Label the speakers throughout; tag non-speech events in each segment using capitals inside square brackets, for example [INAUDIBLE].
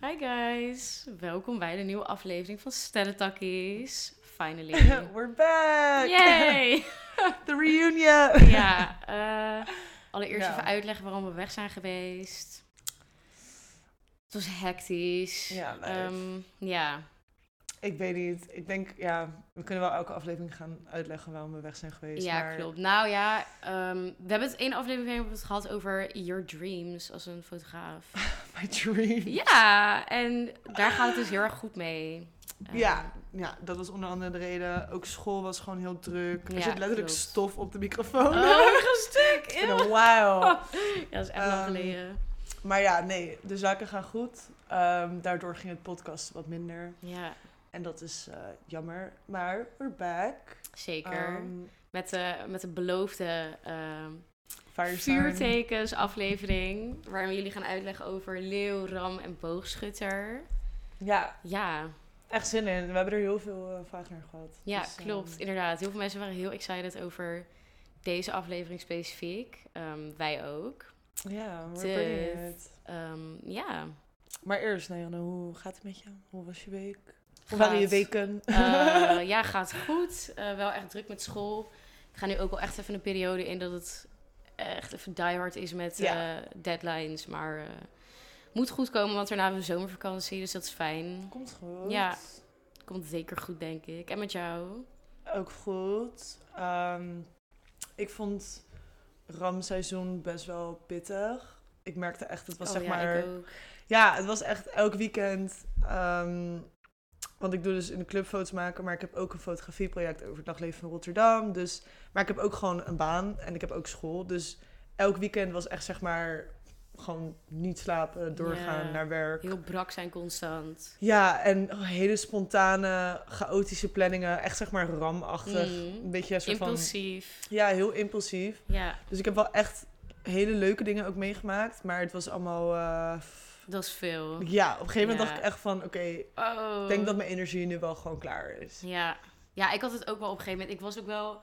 Speaker 1: Hi guys, welkom bij de nieuwe aflevering van Stellentakkies.
Speaker 2: [LAUGHS]
Speaker 1: Finally.
Speaker 2: We're back! [LAUGHS]
Speaker 1: Yay!
Speaker 2: The reunion!
Speaker 1: ja, eh, allereerst
Speaker 2: Nou.
Speaker 1: even uitleggen waarom we weg zijn geweest. Het was hectisch.
Speaker 2: Ja, leuk.
Speaker 1: Ehm, ja.
Speaker 2: Ik weet niet. Ik denk, ja, we kunnen wel elke aflevering gaan uitleggen waarom we weg zijn geweest.
Speaker 1: ja
Speaker 2: maar
Speaker 1: klopt. Nou ja, ehm, we hebben het één aflevering hebben we het gehad over your dreams als een fotograaf.
Speaker 2: [LAUGHS] My dream. Ja.
Speaker 1: ja, en daar gaat het dus heel erg goed mee. Ehm,
Speaker 2: Ja. dat was onder andere de reden. Ook school was gewoon heel druk. Er
Speaker 1: Ja,
Speaker 2: zit letterlijk
Speaker 1: klopt.
Speaker 2: stof op de microfoon. [LAUGHS]
Speaker 1: Oh, ik ga stuk.
Speaker 2: En dan, Wauw.
Speaker 1: [LAUGHS] Ja, dat is echt lang
Speaker 2: Ehm,
Speaker 1: geleden.
Speaker 2: Maar ja, nee, de zaken gaan goed. Ehm, daardoor ging het podcast wat minder.
Speaker 1: Ja,
Speaker 2: En dat is eh, jammer. Maar we're back.
Speaker 1: zeker.
Speaker 2: Ehm,
Speaker 1: met, de, met de beloofde ehm,
Speaker 2: fire sign.
Speaker 1: vuurtekens aflevering. Waarin we jullie gaan uitleggen over leeuw, ram en boogschutter.
Speaker 2: Ja,
Speaker 1: Ja,
Speaker 2: echt zin in. We hebben er heel veel eh, vragen naar gehad.
Speaker 1: ja
Speaker 2: Dus, ehm,
Speaker 1: klopt. Inderdaad. Heel veel mensen waren heel excited over deze aflevering specifiek. Ehm, wij ook.
Speaker 2: Ja, we're
Speaker 1: Dit.
Speaker 2: bringing it.
Speaker 1: Ehm, ja.
Speaker 2: Maar eerst, Najanne, hoe gaat het met je? Hoe was je week?
Speaker 1: Gaat.
Speaker 2: Hoe waren je weken?
Speaker 1: Eh, ja, gaat goed. Eh, wel echt druk met school. Ik ga nu ook wel echt even een periode in dat het echt even diehard is met
Speaker 2: Ja.
Speaker 1: eh, deadlines. Maar eh, moet goed komen, want daarna hebben we zomervakantie. Dus dat is fijn.
Speaker 2: [LAUGHS] Komt goed.
Speaker 1: Ja. Komt zeker goed, denk ik. En met jou?
Speaker 2: Ook goed. Ehm, ik vond ramseizoen best wel pittig. Ik merkte echt, het was
Speaker 1: Oh
Speaker 2: zeg
Speaker 1: ja,
Speaker 2: maar...
Speaker 1: ik ook.
Speaker 2: Ja, het was echt elk weekend. ehm, want ik doe dus in de club foto's maken, maar ik heb ook een fotografieproject over het dagleven van Rotterdam. Dus, maar ik heb ook gewoon een baan en ik heb ook school. Dus elk weekend was echt zeg maar gewoon niet slapen, doorgaan
Speaker 1: Ja,
Speaker 2: naar werk.
Speaker 1: Heel brak zijn constant.
Speaker 2: Ja, en oh, hele spontane, chaotische planningen. Echt zeg maar ramachtig.
Speaker 1: Mm.
Speaker 2: Een beetje een soort
Speaker 1: Impulsief.
Speaker 2: van... Ja, heel impulsief.
Speaker 1: Ja,
Speaker 2: Dus ik heb wel echt hele leuke dingen ook meegemaakt. Maar het was allemaal... eh, f-
Speaker 1: dat is veel.
Speaker 2: Ja, op een gegeven moment
Speaker 1: Oh. Ja.
Speaker 2: dacht ik echt van... Oké,
Speaker 1: Oh.
Speaker 2: ik denk dat mijn energie nu wel gewoon klaar is.
Speaker 1: Ja. ja, ik had het ook wel op een gegeven moment. Ik was ook wel...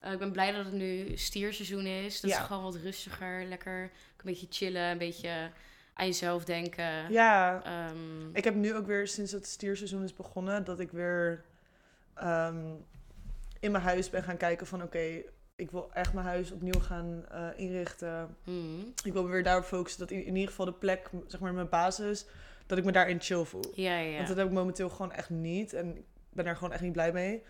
Speaker 1: eh, ik ben blij dat het nu stierseizoen is. Dat
Speaker 2: Ja.
Speaker 1: is gewoon wat rustiger. Lekker een beetje chillen. Een beetje aan jezelf denken.
Speaker 2: Ja,
Speaker 1: Ehm,
Speaker 2: ik heb nu ook weer sinds het stierseizoen is begonnen... dat ik weer ehm, in mijn huis ben gaan kijken van... Oké, ik wil echt mijn huis opnieuw gaan eh, inrichten.
Speaker 1: mm.
Speaker 2: ik wil me weer daarop focussen dat in, in ieder geval de plek, zeg maar mijn basis, dat ik me daarin chill voel.
Speaker 1: Ja, ja,
Speaker 2: Want
Speaker 1: ja.
Speaker 2: dat heb ik momenteel gewoon echt niet en ik ben er gewoon echt niet blij mee.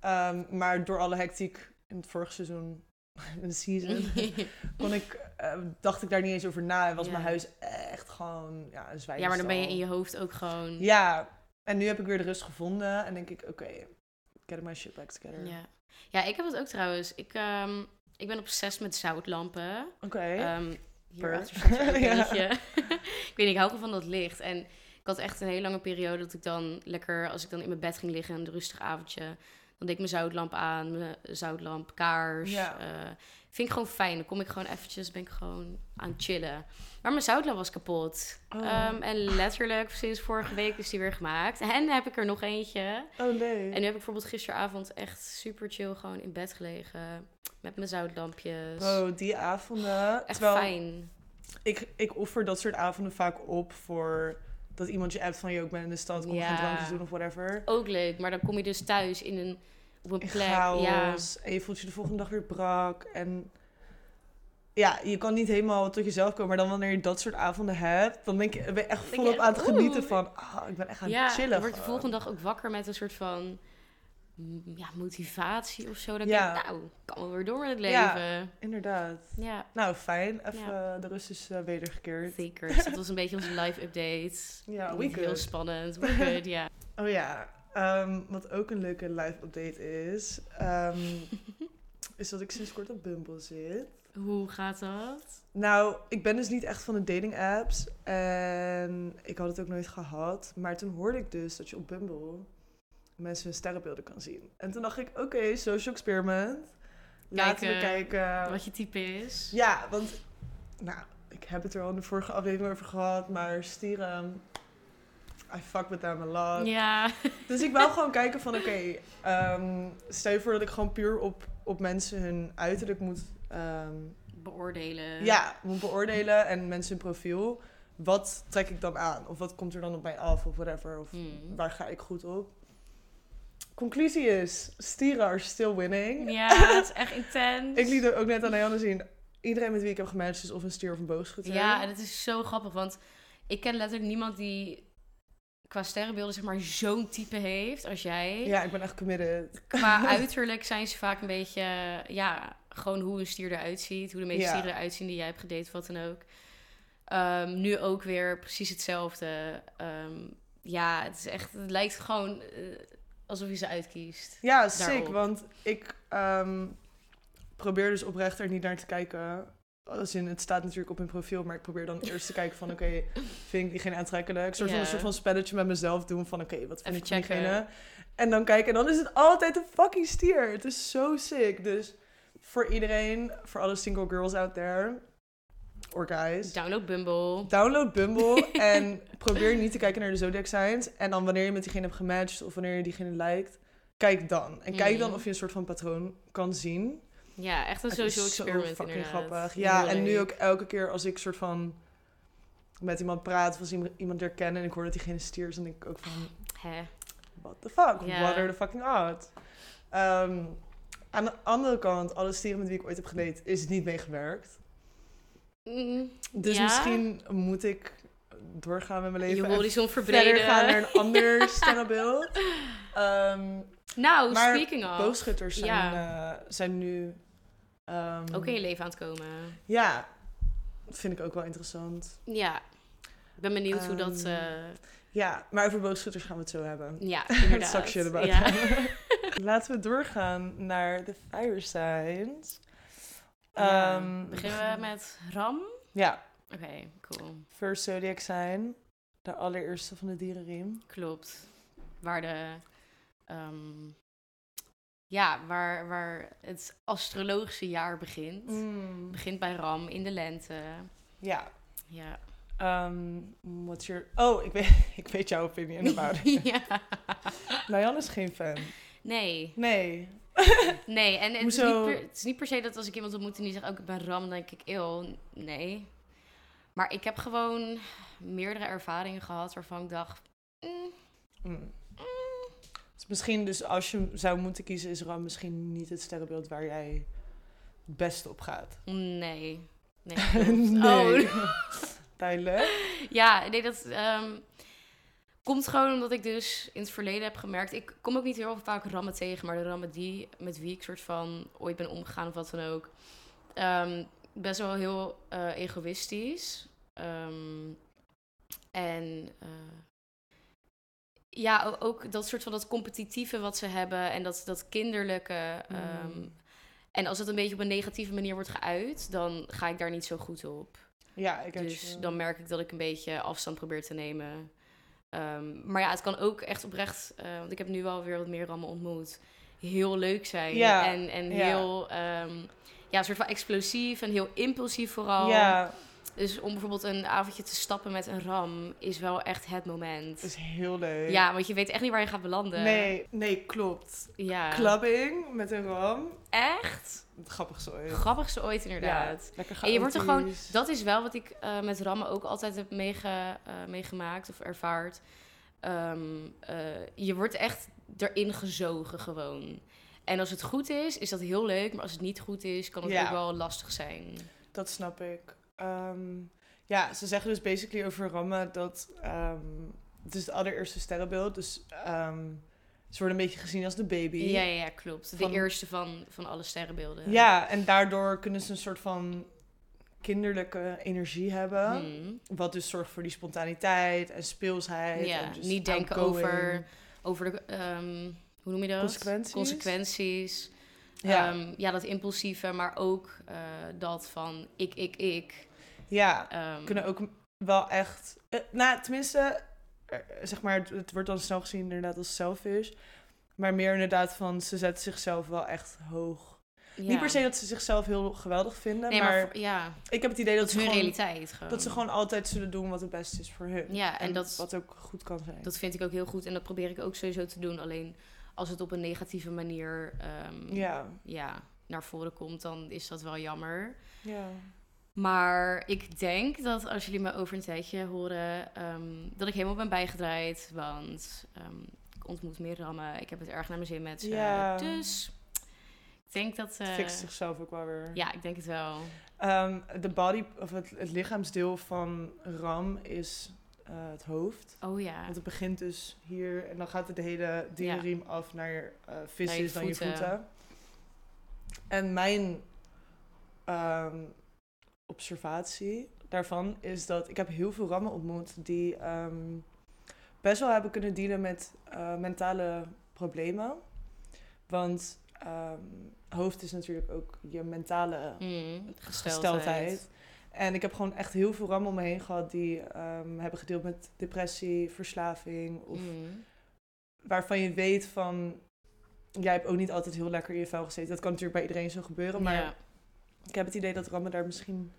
Speaker 2: Ehm, maar door alle hectiek in het vorige seizoen, [LAUGHS] in de
Speaker 1: [LAUGHS]
Speaker 2: season, kon ik, eh, dacht ik daar niet eens over na en was
Speaker 1: Ja.
Speaker 2: mijn huis echt gewoon [LAUGHS] ja, een zwijgen.
Speaker 1: ja, maar dan ben je in je hoofd ook gewoon...
Speaker 2: Ja, en nu heb ik weer de rust gevonden en denk ik, oké, get my shit back together.
Speaker 1: Ja. Ja, ik heb het ook trouwens. Ik, ehm, ik ben obsessed met zoutlampen.
Speaker 2: Oké.
Speaker 1: Ehm
Speaker 2: Per.
Speaker 1: hierachter staat
Speaker 2: [LAUGHS]
Speaker 1: er ook een
Speaker 2: Ja.
Speaker 1: beetje. [LAUGHS] ik weet niet, ik hou gewoon van dat licht. En ik had echt een hele lange periode dat ik dan lekker, als ik dan in mijn bed ging liggen, een rustig avondje, dan deed ik mijn zoutlamp aan, mijn zoutlamp, kaars.
Speaker 2: Ja.
Speaker 1: eh, vind ik gewoon fijn. Dan kom ik gewoon eventjes, ben ik gewoon aan het chillen. Maar mijn zoutlamp was kapot.
Speaker 2: Oh.
Speaker 1: Ehm, en letterlijk sinds vorige week is die weer gemaakt. En heb ik er nog eentje.
Speaker 2: oh nee.
Speaker 1: En nu heb ik bijvoorbeeld gisteravond echt super chill gewoon in bed gelegen. Met mijn zoutlampjes.
Speaker 2: Bro, Oh, die avonden.
Speaker 1: dus- Echt
Speaker 2: terwijl-
Speaker 1: fijn.
Speaker 2: ik, ik offer dat soort avonden vaak op voor dat iemand je appt van je ook bent in de stad, kom
Speaker 1: Ja.
Speaker 2: gaan drankjes doen of whatever.
Speaker 1: ook leuk, maar dan kom je dus thuis in een, op een
Speaker 2: In
Speaker 1: plek. Ja,
Speaker 2: chaos. En je voelt je de volgende dag weer brak. En ja, je kan niet helemaal tot jezelf komen. Maar dan wanneer je dat soort avonden hebt, dan denk je, ben je echt
Speaker 1: Denk je
Speaker 2: volop
Speaker 1: echt,
Speaker 2: aan het genieten
Speaker 1: oeh.
Speaker 2: van, ah, ik ben echt aan het
Speaker 1: ja
Speaker 2: chillen.
Speaker 1: dan word je de
Speaker 2: gewoon.
Speaker 1: volgende dag ook wakker met een soort van mm, ja, motivatie of zo. Dan
Speaker 2: Ja.
Speaker 1: denk ik, nou, ik kan wel weer door met het
Speaker 2: Ja.
Speaker 1: leven.
Speaker 2: Inderdaad.
Speaker 1: Ja,
Speaker 2: Nou, fijn. Even eh, de rust is eh, wedergekeerd.
Speaker 1: zeker. Dus dat was een beetje onze live update.
Speaker 2: [LAUGHS] Ja, we
Speaker 1: Niet Heel
Speaker 2: good. [LAUGHS]
Speaker 1: spannend. We good, ja.
Speaker 2: Oh ja, ehm, wat ook een leuke live update
Speaker 1: [LAUGHS]
Speaker 2: is, ehm, is dat ik sinds kort op Bumble zit.
Speaker 1: Hoe gaat dat?
Speaker 2: Nou, ik ben dus niet echt van de dating apps. En ik had het ook nooit gehad. Maar toen hoorde ik dus dat je op Bumble mensen hun sterrenbeelden kan zien. En toen dacht ik, oké, social experiment. Laten we
Speaker 1: Kijken
Speaker 2: kijken.
Speaker 1: Wat je type is?
Speaker 2: Ja, want nou, ik heb het er al in de vorige aflevering over gehad. Maar stieren, I fuck with them a lot.
Speaker 1: Ja.
Speaker 2: Dus ik wou gewoon kijken van, oké, ehm, stel je voor dat ik gewoon puur op, op mensen hun uiterlijk moet... ehm,
Speaker 1: beoordelen.
Speaker 2: ja, moet beoordelen en mensen hun profiel. wat trek ik dan aan? Of wat komt er dan op mij af? Of whatever. Of
Speaker 1: Hmm.
Speaker 2: waar ga ik goed op? Conclusie is, stieren are still winning.
Speaker 1: Ja, het is echt intens.
Speaker 2: Ik liet ook net aan Leanne zien, iedereen met wie ik heb gematcht is of een stier of een boogschutter.
Speaker 1: Ja, en het is zo grappig, want ik ken letterlijk niemand die qua sterrenbeelden zeg maar zo'n type heeft als jij.
Speaker 2: ja, ik ben echt committed. [LAUGHS]
Speaker 1: Qua uiterlijk zijn ze vaak een beetje, ja, gewoon hoe een stier eruit ziet. Hoe de meeste
Speaker 2: Ja.
Speaker 1: stieren eruit zien die jij hebt gedate, of wat dan ook. Ehm, nu ook weer precies hetzelfde. Ehm, ja, het is echt, het lijkt gewoon eh, alsof je ze uitkiest.
Speaker 2: Ja, sick.
Speaker 1: Daarop.
Speaker 2: Want ik ehm, probeer dus oprecht er niet naar te kijken. Als in, het staat natuurlijk op hun profiel, maar ik probeer
Speaker 1: [LAUGHS]
Speaker 2: dan eerst te kijken van... oké, vind ik diegene aantrekkelijk? Een soort, van,
Speaker 1: Ja.
Speaker 2: een soort van spelletje met mezelf doen van... oké, wat vind
Speaker 1: Even
Speaker 2: ik van
Speaker 1: checken.
Speaker 2: diegene? En dan kijken en dan is het altijd een fucking stier. Het is zo sick. Dus voor iedereen, voor alle single girls out there... or guys...
Speaker 1: Download Bumble.
Speaker 2: Download
Speaker 1: [LAUGHS]
Speaker 2: Bumble en probeer niet te kijken naar de zodiac signs. En dan wanneer je met diegene hebt gematcht of wanneer je diegene lijkt, kijk dan. En kijk dan
Speaker 1: Mhm.
Speaker 2: of je een soort van patroon kan zien.
Speaker 1: Ja, echt een
Speaker 2: Het is
Speaker 1: social experiment
Speaker 2: fucking
Speaker 1: inderdaad.
Speaker 2: grappig.
Speaker 1: Heel
Speaker 2: Ja, en nu
Speaker 1: leuk.
Speaker 2: ook elke keer als ik soort van met iemand praat of als iemand- iemand herken en ik hoor dat diegene stier is, dan denk ik ook van,
Speaker 1: Hè.
Speaker 2: what the fuck,
Speaker 1: Ja.
Speaker 2: what are the fucking odds? Ehm, aan de andere kant, alle stieren met wie ik ooit heb gedate, is niet meegewerkt.
Speaker 1: Mm,
Speaker 2: Dus
Speaker 1: Ja?
Speaker 2: misschien moet ik doorgaan met mijn
Speaker 1: je
Speaker 2: leven en
Speaker 1: horizon verbreden.
Speaker 2: verder gaan naar een
Speaker 1: [LAUGHS]
Speaker 2: ander sterrenbeeld. Ehm
Speaker 1: Nou,
Speaker 2: Maar
Speaker 1: speaking of.
Speaker 2: boogschutters zijn,
Speaker 1: Ja.
Speaker 2: eh, zijn nu... ehm,
Speaker 1: Ook in je leven aan het komen.
Speaker 2: Ja, dat vind ik ook wel interessant.
Speaker 1: Ja. Ik ben benieuwd hoe dat...
Speaker 2: Ehm,
Speaker 1: eh,
Speaker 2: Ja, maar over boogschutters gaan we het zo hebben.
Speaker 1: [LAUGHS] ja, inderdaad.
Speaker 2: Suck shit about
Speaker 1: [LAUGHS] ja.
Speaker 2: them. Laten we doorgaan naar de fire signs.
Speaker 1: Ja.
Speaker 2: Ehm,
Speaker 1: Beginnen [LAUGHS] we met Ram?
Speaker 2: Ja,
Speaker 1: Oké, cool.
Speaker 2: first zodiac sign. De allereerste van de dierenriem.
Speaker 1: Klopt. Waar de... ehm, ja, waar, waar het astrologische jaar begint. Begint bij Ram in de lente.
Speaker 2: Ja.
Speaker 1: Ja.
Speaker 2: ehm, what's your... Oh, ik weet, [LAUGHS] ik weet jouw
Speaker 1: [LAUGHS]
Speaker 2: opinion about it.
Speaker 1: ja.
Speaker 2: Lian Nou, is geen fan.
Speaker 1: Nee,
Speaker 2: Nee.
Speaker 1: Nee, en het is, niet
Speaker 2: Hoezo?
Speaker 1: per, het is niet per se dat als ik iemand ontmoet en die zegt, ook ik ben ram, dan denk ik, eeuw, nee. Maar ik heb gewoon meerdere ervaringen gehad waarvan ik dacht, mm,
Speaker 2: Mm.
Speaker 1: mm,
Speaker 2: Dus misschien dus als je zou moeten kiezen, is Ram misschien niet het sterrenbeeld waar jij het beste op [LAUGHS] gaat.
Speaker 1: nee. Nee. klopt. Oh,
Speaker 2: [LAUGHS] Duidelijk.
Speaker 1: [LAUGHS] Ja, nee, dat ehm, komt gewoon omdat ik dus in het verleden heb gemerkt. Ik kom ook niet heel vaak rammen tegen, maar de rammen die met wie ik soort van ooit ben omgegaan of wat dan ook. ehm, best wel heel eh, egoïstisch. Ehm, en eh, ja, o- ook dat soort van dat competitieve wat ze hebben en dat, dat kinderlijke. ehm,
Speaker 2: Mm.
Speaker 1: En als het een beetje op een negatieve manier wordt geuit, dan ga ik daar niet zo goed op.
Speaker 2: Ja, ik heb
Speaker 1: Dus dan merk ik dat ik een beetje afstand probeer te nemen. Ehm, maar ja, het kan ook echt oprecht, eh, want ik heb nu wel weer wat meer rammen ontmoet, heel leuk zijn.
Speaker 2: Ja,
Speaker 1: en en
Speaker 2: ja.
Speaker 1: heel, ehm, ja, soort van explosief en heel impulsief vooral.
Speaker 2: Ja,
Speaker 1: Dus om bijvoorbeeld een avondje te stappen met een ram is wel echt het moment.
Speaker 2: is heel leuk.
Speaker 1: Ja, want je weet echt niet waar je gaat belanden.
Speaker 2: Nee, nee, klopt.
Speaker 1: Ja.
Speaker 2: Clubbing met een Ram.
Speaker 1: Echt?
Speaker 2: Grappig zo.
Speaker 1: Het grappigste ooit inderdaad.
Speaker 2: lekker
Speaker 1: En je wordt er gewoon-
Speaker 2: chaotisch.
Speaker 1: Dat is wel wat ik eh, met rammen ook altijd heb meege- eh, meegemaakt of ervaard. Ehm, eh, je wordt echt erin gezogen gewoon. En als het goed is, is dat heel leuk. Maar als het niet goed is, kan het
Speaker 2: Ja.
Speaker 1: ook wel lastig zijn.
Speaker 2: Dat snap ik. Ehm, ja, ze zeggen dus basically over Ramma dat ehm, het is het allereerste sterrenbeeld. Dus ehm, ze worden een beetje gezien als de baby.
Speaker 1: Ja, ja, ja, klopt. De
Speaker 2: Van-
Speaker 1: eerste van, van alle sterrenbeelden.
Speaker 2: Ja, en daardoor kunnen ze een soort van kinderlijke energie hebben.
Speaker 1: Hmm.
Speaker 2: Wat dus zorgt voor die spontaniteit en speelsheid.
Speaker 1: Ja,
Speaker 2: en just
Speaker 1: niet denken
Speaker 2: outgoing.
Speaker 1: over, over de... ehm, hoe noem je dat?
Speaker 2: Consequenties.
Speaker 1: Consequenties.
Speaker 2: Ja,
Speaker 1: Ehm, ja, dat impulsieve, maar ook eh, dat van ik, ik, ik.
Speaker 2: ja
Speaker 1: Ehm,
Speaker 2: kunnen ook wel echt... eh, nou, tenminste, eh, zeg maar, het, het wordt dan snel gezien inderdaad als selfish. Maar meer inderdaad van, ze zetten zichzelf wel echt hoog.
Speaker 1: ja.
Speaker 2: Niet per se dat ze zichzelf heel geweldig vinden,
Speaker 1: Nee, maar,
Speaker 2: maar,
Speaker 1: voor- ja,
Speaker 2: ik heb het idee dat
Speaker 1: dat is
Speaker 2: ze,
Speaker 1: hun
Speaker 2: gewoon,
Speaker 1: realiteit gewoon.
Speaker 2: dat ze gewoon altijd zullen doen wat het beste is voor hun.
Speaker 1: Ja, en, dat,
Speaker 2: wat ook goed kan zijn.
Speaker 1: dat vind ik ook heel goed. En dat probeer ik ook sowieso te doen. Alleen als het op een negatieve manier ehm,
Speaker 2: Ja,
Speaker 1: ja, naar voren komt, dan is dat wel jammer.
Speaker 2: ja.
Speaker 1: Maar ik denk dat als jullie me over een tijdje horen, ehm, dat ik helemaal ben bijgedraaid. Want ehm, ik ontmoet meer rammen. Ik heb het erg naar mijn zin met ze.
Speaker 2: Ja.
Speaker 1: Dus ik denk dat... eh,
Speaker 2: Het fixt zichzelf ook wel weer.
Speaker 1: ja, ik denk het wel.
Speaker 2: Ehm, de body, of het, het lichaamsdeel van Ram is eh, het hoofd.
Speaker 1: Oh ja.
Speaker 2: Want het begint dus hier en dan gaat het de hele dierenriem af naar je eh,
Speaker 1: Naar je
Speaker 2: visjes, dan je
Speaker 1: voeten.
Speaker 2: voeten. En mijn ehm, observatie daarvan is dat ik heb heel veel rammen ontmoet die ehm, best wel hebben kunnen dealen met eh, mentale problemen. Want ehm, hoofd is natuurlijk ook je mentale
Speaker 1: Mm,
Speaker 2: gesteldheid. En ik heb gewoon echt heel veel rammen om me heen gehad die ehm, hebben gedeeld met depressie, verslaving. Of
Speaker 1: Mm.
Speaker 2: waarvan je weet van, jij hebt ook niet altijd heel lekker in je vel gezeten. Dat kan natuurlijk bij iedereen zo gebeuren. Maar
Speaker 1: Ja.
Speaker 2: ik heb het idee dat rammen daar misschien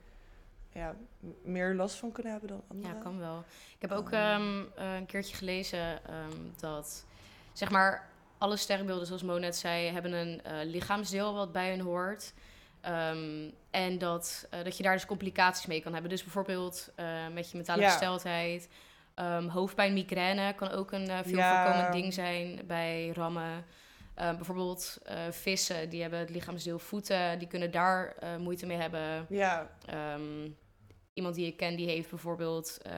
Speaker 2: ja, m- meer last van kunnen hebben dan anderen.
Speaker 1: Ja, kan wel. Ik heb ook
Speaker 2: Ehm.
Speaker 1: ehm, eh, een keertje gelezen ehm, dat, zeg maar, alle sterrenbeelden, zoals Mo net zei, hebben een eh, lichaamsdeel wat bij hun hoort. Ehm, en dat, eh, dat je daar dus complicaties mee kan hebben. Dus bijvoorbeeld eh, met je mentale
Speaker 2: Ja.
Speaker 1: gesteldheid. ehm, hoofdpijn, migraine kan ook een eh, veel
Speaker 2: Ja.
Speaker 1: voorkomend ding zijn bij rammen. Ehm, bijvoorbeeld eh, vissen, die hebben het lichaamsdeel voeten. Die kunnen daar eh, moeite mee hebben.
Speaker 2: Ja,
Speaker 1: Ehm, iemand die ik ken, die heeft bijvoorbeeld eh,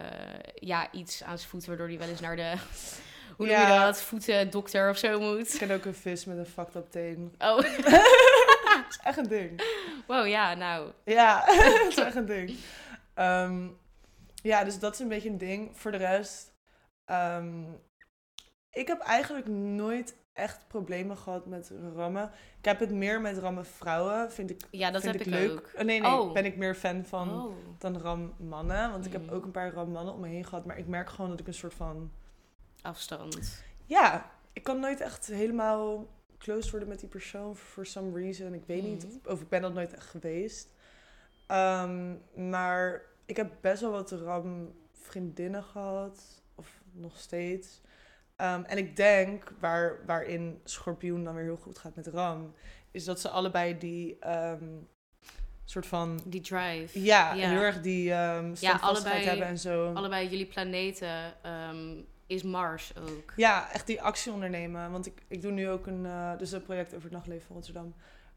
Speaker 1: ja, iets aan zijn voeten, waardoor hij wel eens naar de, [LAUGHS] hoe noem je
Speaker 2: Ja.
Speaker 1: dat, voetendokter of zo
Speaker 2: ik
Speaker 1: moet.
Speaker 2: ken ook een vis met een fucked up teen. [LAUGHS]
Speaker 1: Oh,
Speaker 2: Dat is echt een ding.
Speaker 1: wow, ja, nou. [LAUGHS]
Speaker 2: Ja, [LAUGHS] dat is echt een ding. Ehm, ja, dus dat is een beetje een ding. Voor de rest, ehm, ik heb eigenlijk nooit echt problemen gehad met rammen. Ik heb het meer met rammen vrouwen, vind ik,
Speaker 1: Ja, Ah, dat
Speaker 2: vind
Speaker 1: heb
Speaker 2: ik,
Speaker 1: ik
Speaker 2: leuk.
Speaker 1: ook.
Speaker 2: Oh, nee, nee,
Speaker 1: Oh.
Speaker 2: ben ik meer fan van
Speaker 1: Oh.
Speaker 2: dan ram mannen. Want ik heb
Speaker 1: Mhm.
Speaker 2: ook een paar ram mannen om me heen gehad. Maar ik merk gewoon dat ik een soort van...
Speaker 1: Afstand.
Speaker 2: Ja, ik kan nooit echt helemaal close worden met die persoon for some reason. Ik weet niet,
Speaker 1: Mhm.
Speaker 2: of, of ik ben dat nooit echt geweest. Ehm, maar ik heb best wel wat ram vriendinnen gehad, of nog steeds. Ehm, en ik denk, waar, waarin Schorpioen dan weer heel goed gaat met ram, is dat ze allebei die ehm, soort van...
Speaker 1: Die drive.
Speaker 2: Ja,
Speaker 1: Ja.
Speaker 2: heel erg die ehm standvastigheid
Speaker 1: allebei-
Speaker 2: hebben en zo.
Speaker 1: Allebei jullie planeten ehm, is Mars ook.
Speaker 2: Ja, echt die actie ondernemen. Want ik, ik doe nu ook een, eh, dus een project over het nachtleven van Rotterdam.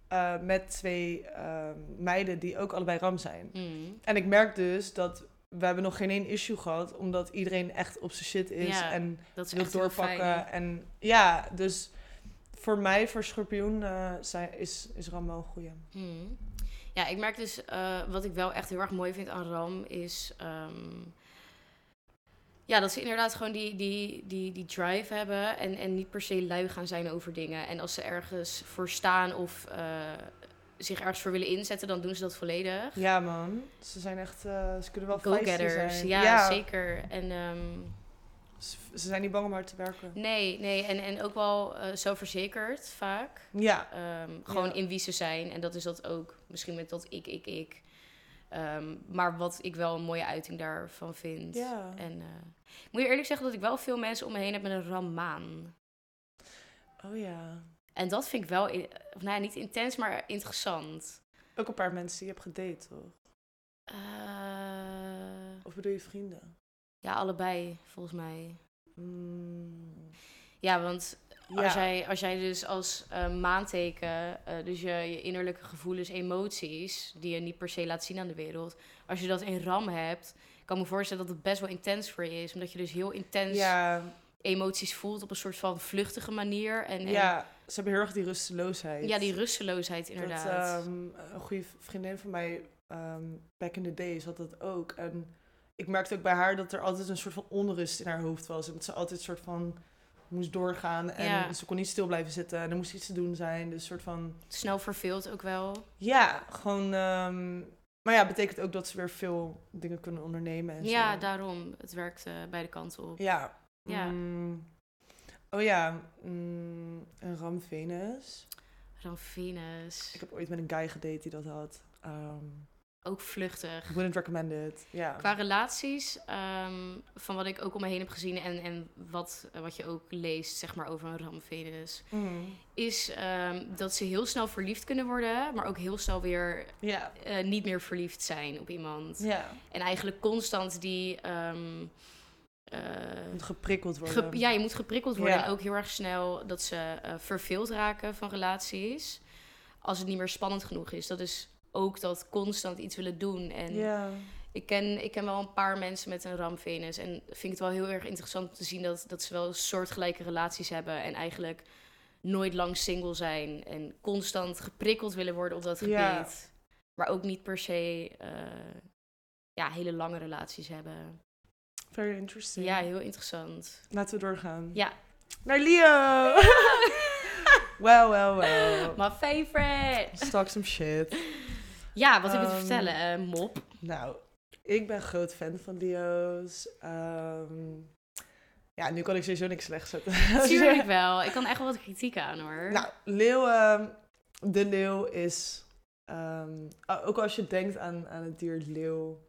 Speaker 2: eh, met twee eh, meiden die ook allebei ram zijn.
Speaker 1: Mm.
Speaker 2: En ik merk dus dat we hebben nog geen één issue gehad. Omdat iedereen echt op zijn shit is.
Speaker 1: Ja,
Speaker 2: en
Speaker 1: Dat is
Speaker 2: wil
Speaker 1: echt heel fijn.
Speaker 2: doorpakken. En ja, dus voor mij, voor Schorpioen, eh, zijn, is, is ram wel een goeie.
Speaker 1: Hmm. Ja, ik merk dus eh, wat ik wel echt heel erg mooi vind aan Ram is. ehm, ja, dat ze inderdaad gewoon die, die, die, die drive hebben en, en niet per se lui gaan zijn over dingen. En als ze ergens voor staan of eh, zich ergens voor willen inzetten, dan doen ze dat volledig.
Speaker 2: Ja man, ze zijn echt, eh, ze kunnen wel feisty
Speaker 1: Go-getters,
Speaker 2: zijn.
Speaker 1: ja, zeker. En ehm,
Speaker 2: Ze, ze zijn niet bang om hard te werken.
Speaker 1: nee, nee, en, en ook wel eh, zelfverzekerd vaak.
Speaker 2: Ja,
Speaker 1: Ehm, gewoon
Speaker 2: Ja.
Speaker 1: in wie ze zijn. En dat is dat ook. Misschien met dat ik, ik, ik. Ehm, maar wat ik wel een mooie uiting daarvan vind.
Speaker 2: ja.
Speaker 1: En eh, ik moet je eerlijk zeggen dat ik wel veel mensen om me heen heb met een rammaan.
Speaker 2: Oh ja.
Speaker 1: En dat vind ik wel, i- of nou ja, niet intens, maar interessant.
Speaker 2: Ook een paar mensen die je hebt gedate, toch?
Speaker 1: Eh,
Speaker 2: Of bedoel je vrienden?
Speaker 1: ja, allebei volgens mij.
Speaker 2: Mm,
Speaker 1: Ja, want Als,
Speaker 2: ja.
Speaker 1: jij, als jij dus als eh, maanteken, eh, dus je, je innerlijke gevoelens, emoties, die je niet per se laat zien aan de wereld, als je dat in ram hebt, kan ik me voorstellen dat het best wel intens voor je is. Omdat je dus heel intens
Speaker 2: ja,
Speaker 1: emoties voelt op een soort van vluchtige manier. En, en-
Speaker 2: ja, ze hebben heel erg die rusteloosheid.
Speaker 1: ja, die rusteloosheid inderdaad.
Speaker 2: Dat, ehm, een goede vriendin van mij, ehm, back in the days, had dat ook. En ik merkte ook bij haar dat er altijd een soort van onrust in haar hoofd was. En dat ze altijd een soort van moest doorgaan. En
Speaker 1: Ja.
Speaker 2: ze kon niet stil blijven zitten. En er moest iets te doen zijn. Dus een soort van...
Speaker 1: Snel verveeld ook wel.
Speaker 2: Ja, gewoon... ehm, maar ja, betekent ook dat ze weer veel dingen kunnen ondernemen. En
Speaker 1: Ja,
Speaker 2: zo.
Speaker 1: daarom. Het werkt eh, beide kanten op.
Speaker 2: Ja.
Speaker 1: Ja.
Speaker 2: Mm. Oh ja, mm, een ram Venus.
Speaker 1: Ram Venus.
Speaker 2: Ik heb ooit met een guy gedate die dat had. Ehm,
Speaker 1: ook vluchtig.
Speaker 2: Wouldn't recommend it. Ja.
Speaker 1: Qua relaties, ehm, van wat ik ook om me heen heb gezien en, en wat, eh, wat je ook leest, zeg maar, over een ramvenus,
Speaker 2: Mm.
Speaker 1: is ehm, dat ze heel snel verliefd kunnen worden, maar ook heel snel weer
Speaker 2: Ja.
Speaker 1: eh, niet meer verliefd zijn op iemand.
Speaker 2: Ja.
Speaker 1: En eigenlijk constant die. ehm, eh,
Speaker 2: Moet geprikkeld worden.
Speaker 1: Ge- ja, je moet geprikkeld worden.
Speaker 2: Ja.
Speaker 1: En ook heel erg snel dat ze eh, verveeld raken van relaties. Als het niet meer spannend genoeg is. Dat is ook dat constant iets willen doen. En
Speaker 2: Ja.
Speaker 1: ik, ken, ik ken wel een paar mensen met een ramvenus. En vind het wel heel erg interessant om te zien dat, dat ze wel soortgelijke relaties hebben. En eigenlijk nooit lang single zijn. En constant geprikkeld willen worden op dat gebied.
Speaker 2: Ja.
Speaker 1: Maar ook niet per se eh, ja, hele lange relaties hebben.
Speaker 2: Very interesting.
Speaker 1: Ja, heel interessant.
Speaker 2: Laten we doorgaan.
Speaker 1: Ja.
Speaker 2: Naar
Speaker 1: [LAUGHS]
Speaker 2: Leo! Oh. [LAUGHS] Wel, wel, wel.
Speaker 1: My favorite.
Speaker 2: Stalk some shit.
Speaker 1: Ja, wat heb je te
Speaker 2: Ehm,
Speaker 1: vertellen? eh,
Speaker 2: [LAUGHS]
Speaker 1: mop.
Speaker 2: Nou, ik ben groot fan van Leo's. Ehm, ja, nu kan ik sowieso niks slecht zetten.
Speaker 1: Tuurlijk wel. Ik kan echt wel wat kritiek aan hoor.
Speaker 2: Nou, leeuw, ehm, de leeuw is, ehm, ah, ook als je denkt aan, aan het dier leeuw,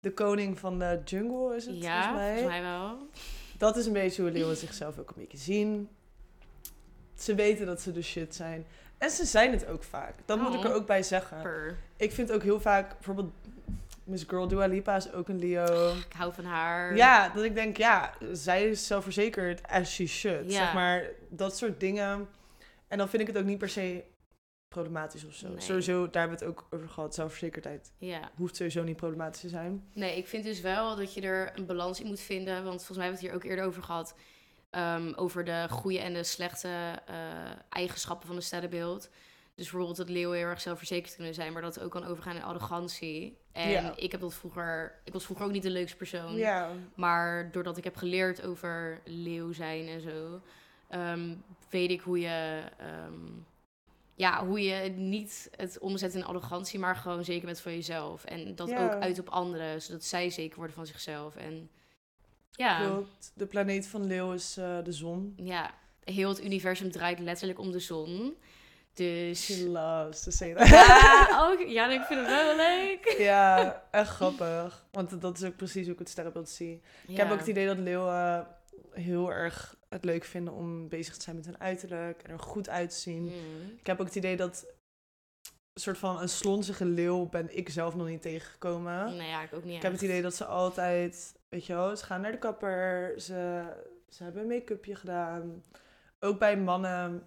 Speaker 2: de koning van de jungle is het
Speaker 1: ja,
Speaker 2: volgens mij.
Speaker 1: volgens mij wel.
Speaker 2: Dat is een beetje hoe leeuwen zichzelf ook een beetje zien. Ze weten dat ze de shit zijn. En ze zijn het ook vaak. Dat moet ik er
Speaker 1: Oh.
Speaker 2: ook bij zeggen.
Speaker 1: Per.
Speaker 2: Ik vind ook heel vaak, bijvoorbeeld Miss Girl Dua Lipa is ook een Leo.
Speaker 1: Ik hou van haar.
Speaker 2: Ja, dat ik denk, ja, zij is zelfverzekerd as she should.
Speaker 1: Ja.
Speaker 2: Zeg maar, dat soort dingen. En dan vind ik het ook niet per se problematisch of zo.
Speaker 1: Nee.
Speaker 2: Sowieso, daar hebben we het ook over gehad. Zelfverzekerdheid
Speaker 1: ja.
Speaker 2: hoeft sowieso niet problematisch te zijn.
Speaker 1: Nee, ik vind dus wel dat je er een balans in moet vinden. Want volgens mij hebben we het hier ook eerder over gehad. ehm, over de goede en de slechte eh, eigenschappen van een sterrenbeeld. Dus bijvoorbeeld dat leeuwen heel erg zelfverzekerd kunnen zijn, maar dat het ook kan overgaan in arrogantie. En
Speaker 2: Ja.
Speaker 1: ik heb dat vroeger. Ik was vroeger ook niet de leukste persoon.
Speaker 2: Ja,
Speaker 1: Maar doordat ik heb geleerd over leeuw zijn en zo, ehm, weet ik hoe je, ehm, ja, hoe je niet het omzet in arrogantie, maar gewoon zeker bent van jezelf. En dat
Speaker 2: Ja.
Speaker 1: ook uit op anderen, zodat zij zeker worden van zichzelf. En ja,
Speaker 2: klopt. De planeet van leeuw is eh, de zon.
Speaker 1: ja, heel het universum draait letterlijk om de zon. Dus.
Speaker 2: She loves to say
Speaker 1: [LAUGHS]
Speaker 2: that.
Speaker 1: Ja, ook, ja, ik vind het wel leuk.
Speaker 2: ja, echt grappig. Want dat is ook precies hoe ik het sterrenbeeld zie. Ik heb ook het idee dat leeuwen eh, heel erg het leuk vinden om bezig te zijn met hun uiterlijk. En er goed uit te zien.
Speaker 1: Mm.
Speaker 2: Ik heb ook het idee dat een soort van een slonzige leeuw ben ik zelf nog niet tegengekomen.
Speaker 1: Nou ja, ik ook niet.
Speaker 2: Ik heb het idee dat ze altijd, weet je wel, ze gaan naar de kapper, ze, ze hebben een make-upje gedaan. Ook bij mannen,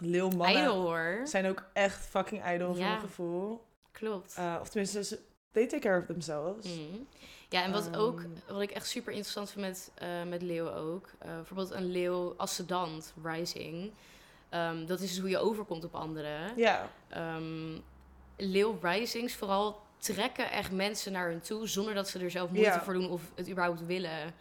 Speaker 2: leeuwmannen
Speaker 1: Idol hoor.
Speaker 2: zijn ook echt fucking idol voor
Speaker 1: Ja.
Speaker 2: mijn gevoel.
Speaker 1: Klopt.
Speaker 2: Eh, of tenminste, ze, they take care of themselves.
Speaker 1: Mm. Ja, en wat ook,
Speaker 2: Ehm.
Speaker 1: wat ik echt super interessant vind met, eh, met leeuwen ook. eh, bijvoorbeeld een leeuw als sedant, rising. Ehm, dat is dus hoe je overkomt op anderen.
Speaker 2: Ja,
Speaker 1: Ehm, leeuw risings vooral trekken echt mensen naar hun toe zonder dat ze er zelf moeite
Speaker 2: Ja.
Speaker 1: voor doen of het überhaupt willen.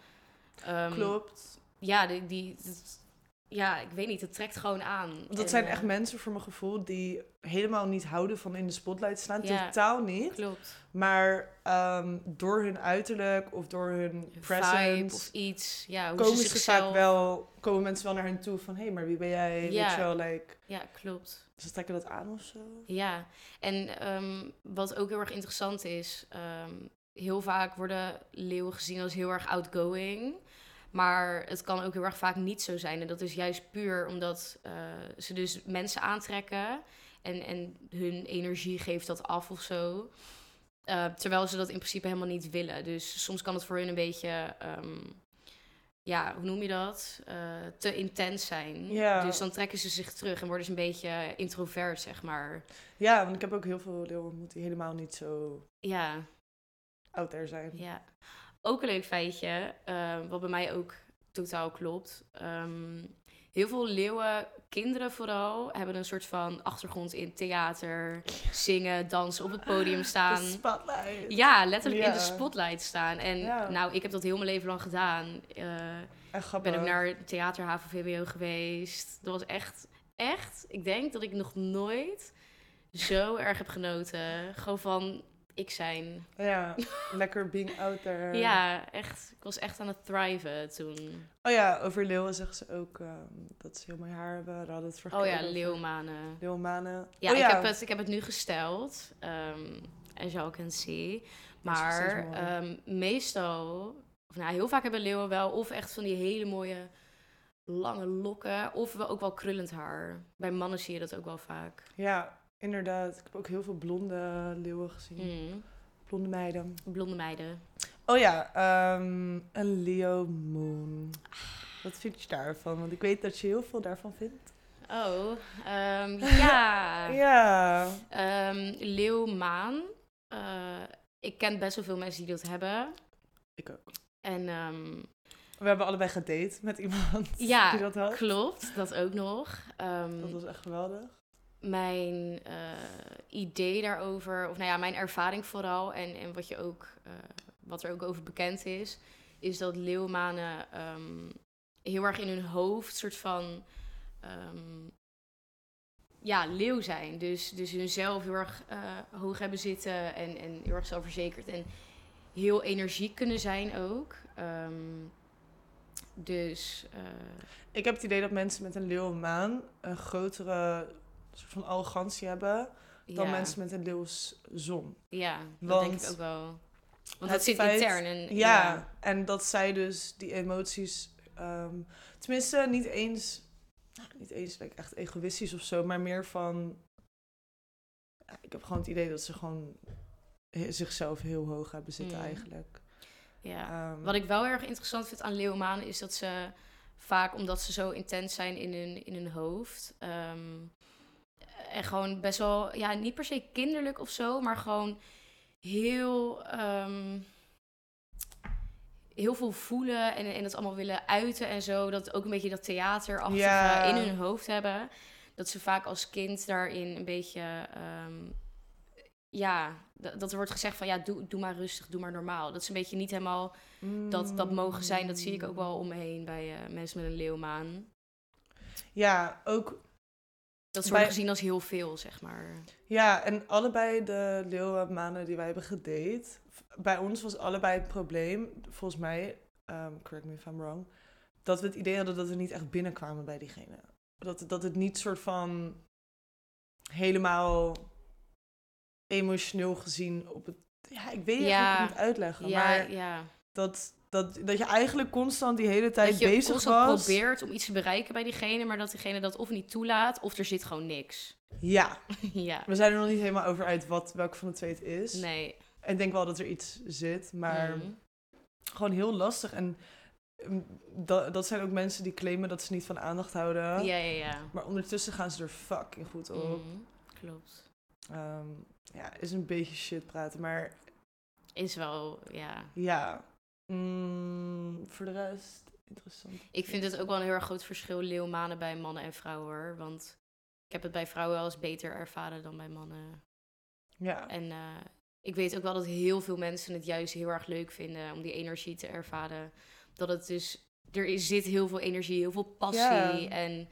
Speaker 1: Ehm,
Speaker 2: klopt.
Speaker 1: Ja, die, die, dat- ja, ik weet niet, het trekt gewoon aan.
Speaker 2: Want
Speaker 1: En,
Speaker 2: dat zijn
Speaker 1: eh,
Speaker 2: echt mensen voor mijn gevoel die helemaal niet houden van in de spotlight staan.
Speaker 1: Ja.
Speaker 2: Totaal niet.
Speaker 1: Klopt.
Speaker 2: Maar ehm, door hun uiterlijk of door hun
Speaker 1: Vibe of
Speaker 2: presence
Speaker 1: iets. Ja, hoe ze
Speaker 2: komen ze
Speaker 1: zichzelf...
Speaker 2: vaak wel, komen mensen wel naar hen toe van hé, hey, maar wie ben jij?
Speaker 1: Ja.
Speaker 2: Weet je wel, like, dus
Speaker 1: Ja, klopt.
Speaker 2: ze trekken dat aan of zo.
Speaker 1: Ja, en ehm, wat ook heel erg interessant is, ehm, heel vaak worden leeuwen gezien als heel erg outgoing. Maar het kan ook heel erg vaak niet zo zijn. En dat is juist puur omdat eh, ze dus mensen aantrekken en, en hun energie geeft dat af of zo. Eh, terwijl ze dat in principe helemaal niet willen. Dus soms kan het voor hun een beetje, ehm, ja, hoe noem je dat? Eh, te intens zijn.
Speaker 2: Ja.
Speaker 1: Dus dan trekken ze zich terug en worden ze een beetje introvert, zeg maar.
Speaker 2: Ja, want ik heb ook heel veel leeuwen ontmoet die helemaal niet zo
Speaker 1: Ja,
Speaker 2: out there zijn.
Speaker 1: ja. Ook een leuk feitje, eh, wat bij mij ook totaal klopt. Ehm, heel veel leeuwen, kinderen vooral, hebben een soort van achtergrond in theater, zingen, dansen, op het podium staan.
Speaker 2: Ah, De spotlight.
Speaker 1: Ja, letterlijk in de
Speaker 2: Ja.
Speaker 1: spotlight staan. En
Speaker 2: Ja.
Speaker 1: nou, ik heb dat heel mijn leven lang gedaan. Eh,
Speaker 2: Echt
Speaker 1: ik
Speaker 2: grappig.
Speaker 1: ben ook naar theaterhaven VWO geweest. Dat was echt, echt. Ik denk dat ik nog nooit zo erg heb genoten. Gewoon van ik zijn. [LAUGHS]
Speaker 2: Ja, lekker being out there.
Speaker 1: Ja, echt. Ik was echt aan het thriven toen.
Speaker 2: Oh ja, over leeuwen zeggen ze ook ehm, dat ze heel mooi haar hebben. We hadden het vorige
Speaker 1: Oh
Speaker 2: keer
Speaker 1: ja,
Speaker 2: over
Speaker 1: leeuwmanen.
Speaker 2: Leeuwmanen.
Speaker 1: Ja,
Speaker 2: Oh
Speaker 1: Ik, heb het, ik heb het nu gesteld. Ehm, as y'all can see.
Speaker 2: Dat is precies
Speaker 1: Maar
Speaker 2: mooi.
Speaker 1: ehm, meestal, of nou heel vaak hebben leeuwen wel of echt van die hele mooie lange lokken, of wel ook wel krullend haar. Bij mannen zie je dat ook wel vaak.
Speaker 2: Ja, inderdaad. Ik heb ook heel veel blonde leeuwen gezien.
Speaker 1: Mm,
Speaker 2: Blonde meiden.
Speaker 1: Blonde meiden.
Speaker 2: Oh ja, ehm, een Leo Moon. Wat vind je daarvan? Want ik weet dat je heel veel daarvan vindt.
Speaker 1: Oh, ehm, ja.
Speaker 2: Ja.
Speaker 1: Ehm, leeuw, maan. Eh, ik ken best wel veel mensen die dat hebben.
Speaker 2: Ik ook.
Speaker 1: En ehm,
Speaker 2: We hebben allebei gedate met iemand [LAUGHS]
Speaker 1: Ja,
Speaker 2: die dat had.
Speaker 1: klopt, dat ook nog. Ehm,
Speaker 2: Dat was echt geweldig.
Speaker 1: mijn eh, idee daarover, of nou ja, mijn ervaring vooral en, en wat, je ook, eh, wat er ook over bekend is, is dat leeuwmanen ehm, heel erg in hun hoofd soort van ehm, ja, leeuw zijn. Dus, dus hunzelf heel erg eh, hoog hebben zitten en, en heel erg zelfverzekerd en heel energiek kunnen zijn ook. Ehm, dus eh,
Speaker 2: Ik heb het idee dat mensen met een leeuw en maan een grotere soort van arrogantie hebben dan
Speaker 1: ja.
Speaker 2: mensen met een leeuws zon.
Speaker 1: Ja, dat denk ik
Speaker 2: Want
Speaker 1: ook wel.
Speaker 2: het
Speaker 1: Want het zit
Speaker 2: feit-
Speaker 1: intern. En,
Speaker 2: Ja, en dat zij dus die emoties, ehm, tenminste niet eens, nou, niet eens like, echt egoïstisch of zo, maar meer van, ja, ik heb gewoon het idee dat ze gewoon he- zichzelf heel hoog hebben zitten
Speaker 1: Mm.
Speaker 2: eigenlijk.
Speaker 1: ja.
Speaker 2: Ehm,
Speaker 1: Wat ik wel erg interessant vind aan leeuwmanen is dat ze vaak, omdat ze zo intens zijn in hun, in hun hoofd, ehm, en gewoon best wel, ja, niet per se kinderlijk of zo, maar gewoon heel, ehm, heel veel voelen en, en dat allemaal willen uiten en zo. Dat ook een beetje dat theaterachtige
Speaker 2: Ja.
Speaker 1: in hun hoofd hebben. Dat ze vaak als kind daarin een beetje, ehm, ja, d- dat er wordt gezegd van ja, doe, doe maar rustig, doe maar normaal. Dat ze een beetje niet helemaal dat
Speaker 2: mm.
Speaker 1: dat mogen zijn, dat zie ik ook wel om me heen bij eh, mensen met een leeuwmaan.
Speaker 2: Ja, ook,
Speaker 1: Dat ze worden
Speaker 2: Bij-
Speaker 1: gezien als heel veel, zeg maar.
Speaker 2: ja, en allebei de leeuwen en manen die wij hebben gedate, v- bij ons was allebei het probleem, volgens mij, ehm, correct me if I'm wrong, dat we het idee hadden dat we niet echt binnenkwamen bij diegene. Dat, dat het niet soort van helemaal emotioneel gezien op het... Ja, ik weet
Speaker 1: Ja.
Speaker 2: eigenlijk niet uitleggen,
Speaker 1: Ja,
Speaker 2: maar
Speaker 1: ja.
Speaker 2: Dat, dat, dat je eigenlijk constant die hele tijd
Speaker 1: Dat je
Speaker 2: bezig
Speaker 1: constant
Speaker 2: was.
Speaker 1: probeert om iets te bereiken bij diegene, maar dat diegene dat of niet toelaat, of er zit gewoon niks. [LAUGHS]
Speaker 2: Ja,
Speaker 1: ja.
Speaker 2: we zijn er nog niet helemaal over uit wat, welke van de twee het is.
Speaker 1: Nee.
Speaker 2: En ik denk wel dat er iets zit, maar
Speaker 1: Mhm.
Speaker 2: gewoon heel lastig. En mm, dat, dat zijn ook mensen die claimen dat ze niet van aandacht houden.
Speaker 1: Ja, ja, ja.
Speaker 2: Maar ondertussen gaan ze er fucking goed op.
Speaker 1: Mhm. Klopt.
Speaker 2: Ehm, ja, is een beetje shit praten, maar
Speaker 1: Is wel, ja.
Speaker 2: ja. Mm, voor de rest, interessant.
Speaker 1: Ik vind het ook wel een heel erg groot verschil leeuwmanen bij mannen en vrouwen, hoor. Want ik heb het bij vrouwen wel eens beter ervaren dan bij mannen.
Speaker 2: Ja,
Speaker 1: En eh, ik weet ook wel dat heel veel mensen het juist heel erg leuk vinden om die energie te ervaren. Dat het dus, er is, zit heel veel energie, heel veel passie.
Speaker 2: Ja.
Speaker 1: En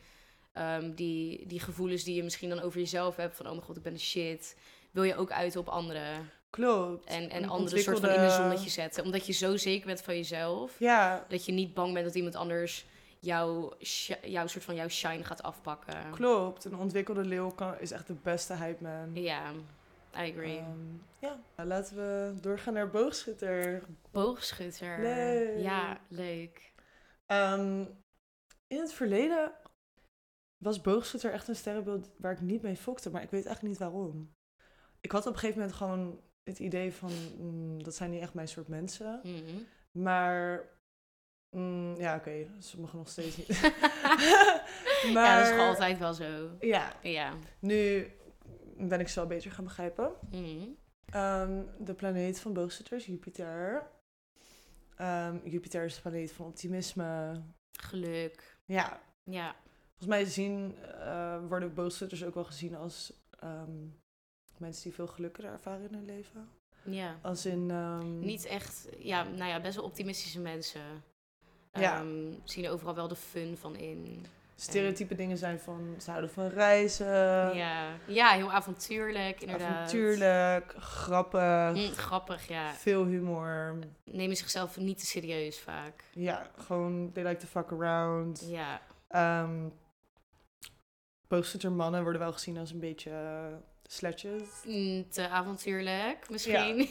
Speaker 1: ehm, die, die gevoelens die je misschien dan over jezelf hebt, van oh mijn god, ik ben de shit. Wil je ook uit op anderen.
Speaker 2: klopt.
Speaker 1: En, en
Speaker 2: Een
Speaker 1: anderen soort van in de
Speaker 2: ontwikkelde-
Speaker 1: zonnetje zetten. Omdat je zo zeker bent van jezelf.
Speaker 2: Ja,
Speaker 1: Dat je niet bang bent dat iemand anders jouw, shi- jouw soort van jouw shine gaat afpakken.
Speaker 2: klopt. Een ontwikkelde leeuw kan, is echt de beste hype man.
Speaker 1: Ja, I agree.
Speaker 2: Ehm, ja, Nou, laten we doorgaan naar boogschutter.
Speaker 1: Boogschutter.
Speaker 2: Leuk.
Speaker 1: Ja, leuk.
Speaker 2: Ehm, in het verleden was boogschutter echt een sterrenbeeld waar ik niet mee fokte, maar ik weet echt niet waarom. Ik had op een gegeven moment gewoon het idee van, mm, dat zijn niet echt mijn soort mensen. [LAUGHS]
Speaker 1: Mhm.
Speaker 2: Maar, mm, ja oké, sommigen nog steeds niet. [LAUGHS] maar,
Speaker 1: [LAUGHS] Ja, dat is gewoon altijd wel zo.
Speaker 2: ja,
Speaker 1: Ja.
Speaker 2: nu ben ik ze wel beter gaan begrijpen.
Speaker 1: Mhm.
Speaker 2: Ehm, de planeet van boogschutters, Jupiter. Ehm, Jupiter is de planeet van optimisme.
Speaker 1: Geluk.
Speaker 2: Ja,
Speaker 1: Ja.
Speaker 2: volgens mij zien, eh, worden boogschutters ook wel gezien als ehm, mensen die veel gelukkiger ervaren in hun leven.
Speaker 1: Ja.
Speaker 2: Als in... ehm,
Speaker 1: Niet echt, ja, nou ja, best wel optimistische mensen.
Speaker 2: Ja.
Speaker 1: Ehm, zien overal wel de fun van in.
Speaker 2: Stereotype dingen zijn van ze houden van reizen,
Speaker 1: ja. ja, heel avontuurlijk, inderdaad.
Speaker 2: Eh, avontuurlijk, grappig,
Speaker 1: Mm, grappig, ja.
Speaker 2: veel humor.
Speaker 1: Nemen zichzelf niet te serieus vaak.
Speaker 2: Ja, gewoon they like to fuck around.
Speaker 1: Ja.
Speaker 2: Ehm boogschutter mannen worden wel gezien als een beetje eh,
Speaker 1: [LAUGHS]
Speaker 2: Sletjes.
Speaker 1: Mm, te avontuurlijk, misschien.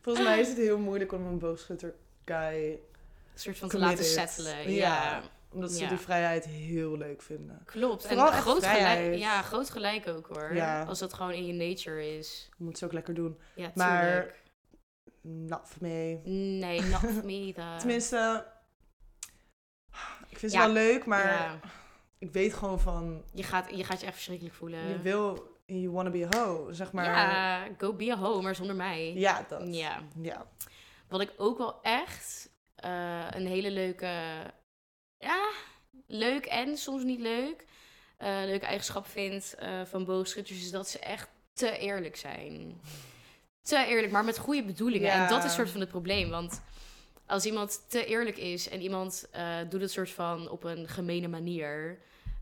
Speaker 2: Volgens mij is het heel moeilijk om een boogschutter guy...
Speaker 1: [LAUGHS] een soort van te laten
Speaker 2: Committed.
Speaker 1: settelen.
Speaker 2: Ja.
Speaker 1: ja.
Speaker 2: Omdat ze
Speaker 1: Ja.
Speaker 2: die vrijheid heel leuk vinden.
Speaker 1: Klopt.
Speaker 2: Vooral
Speaker 1: En
Speaker 2: echt
Speaker 1: groot
Speaker 2: vrijheid.
Speaker 1: gelijk, ja, groot gelijk ook hoor.
Speaker 2: Ja.
Speaker 1: Als dat gewoon in je nature is.
Speaker 2: Moet ze ook lekker doen.
Speaker 1: Ja,
Speaker 2: Maar-
Speaker 1: tuurlijk.
Speaker 2: Not for me.
Speaker 1: Nee, [LAUGHS] not me either.
Speaker 2: Tenminste... Ik vind ze
Speaker 1: Ja.
Speaker 2: wel leuk, maar
Speaker 1: Ja.
Speaker 2: ik weet gewoon van...
Speaker 1: Je, gaat, je gaat je echt verschrikkelijk voelen.
Speaker 2: Je wil... You wanna be a hoe, zeg maar.
Speaker 1: Ja, go be a hoe, maar zonder mij.
Speaker 2: Ja, dat.
Speaker 1: Ja.
Speaker 2: Ja.
Speaker 1: Wat ik ook wel echt eh, een hele leuke... Ja, leuk en soms niet leuk. eh, leuke eigenschap vind eh, van boogschutters is dat ze echt te eerlijk zijn. Te eerlijk, maar met goede bedoelingen.
Speaker 2: Ja.
Speaker 1: En dat is soort van het probleem, want... Als iemand te eerlijk is en iemand eh, doet het soort van op een gemene manier,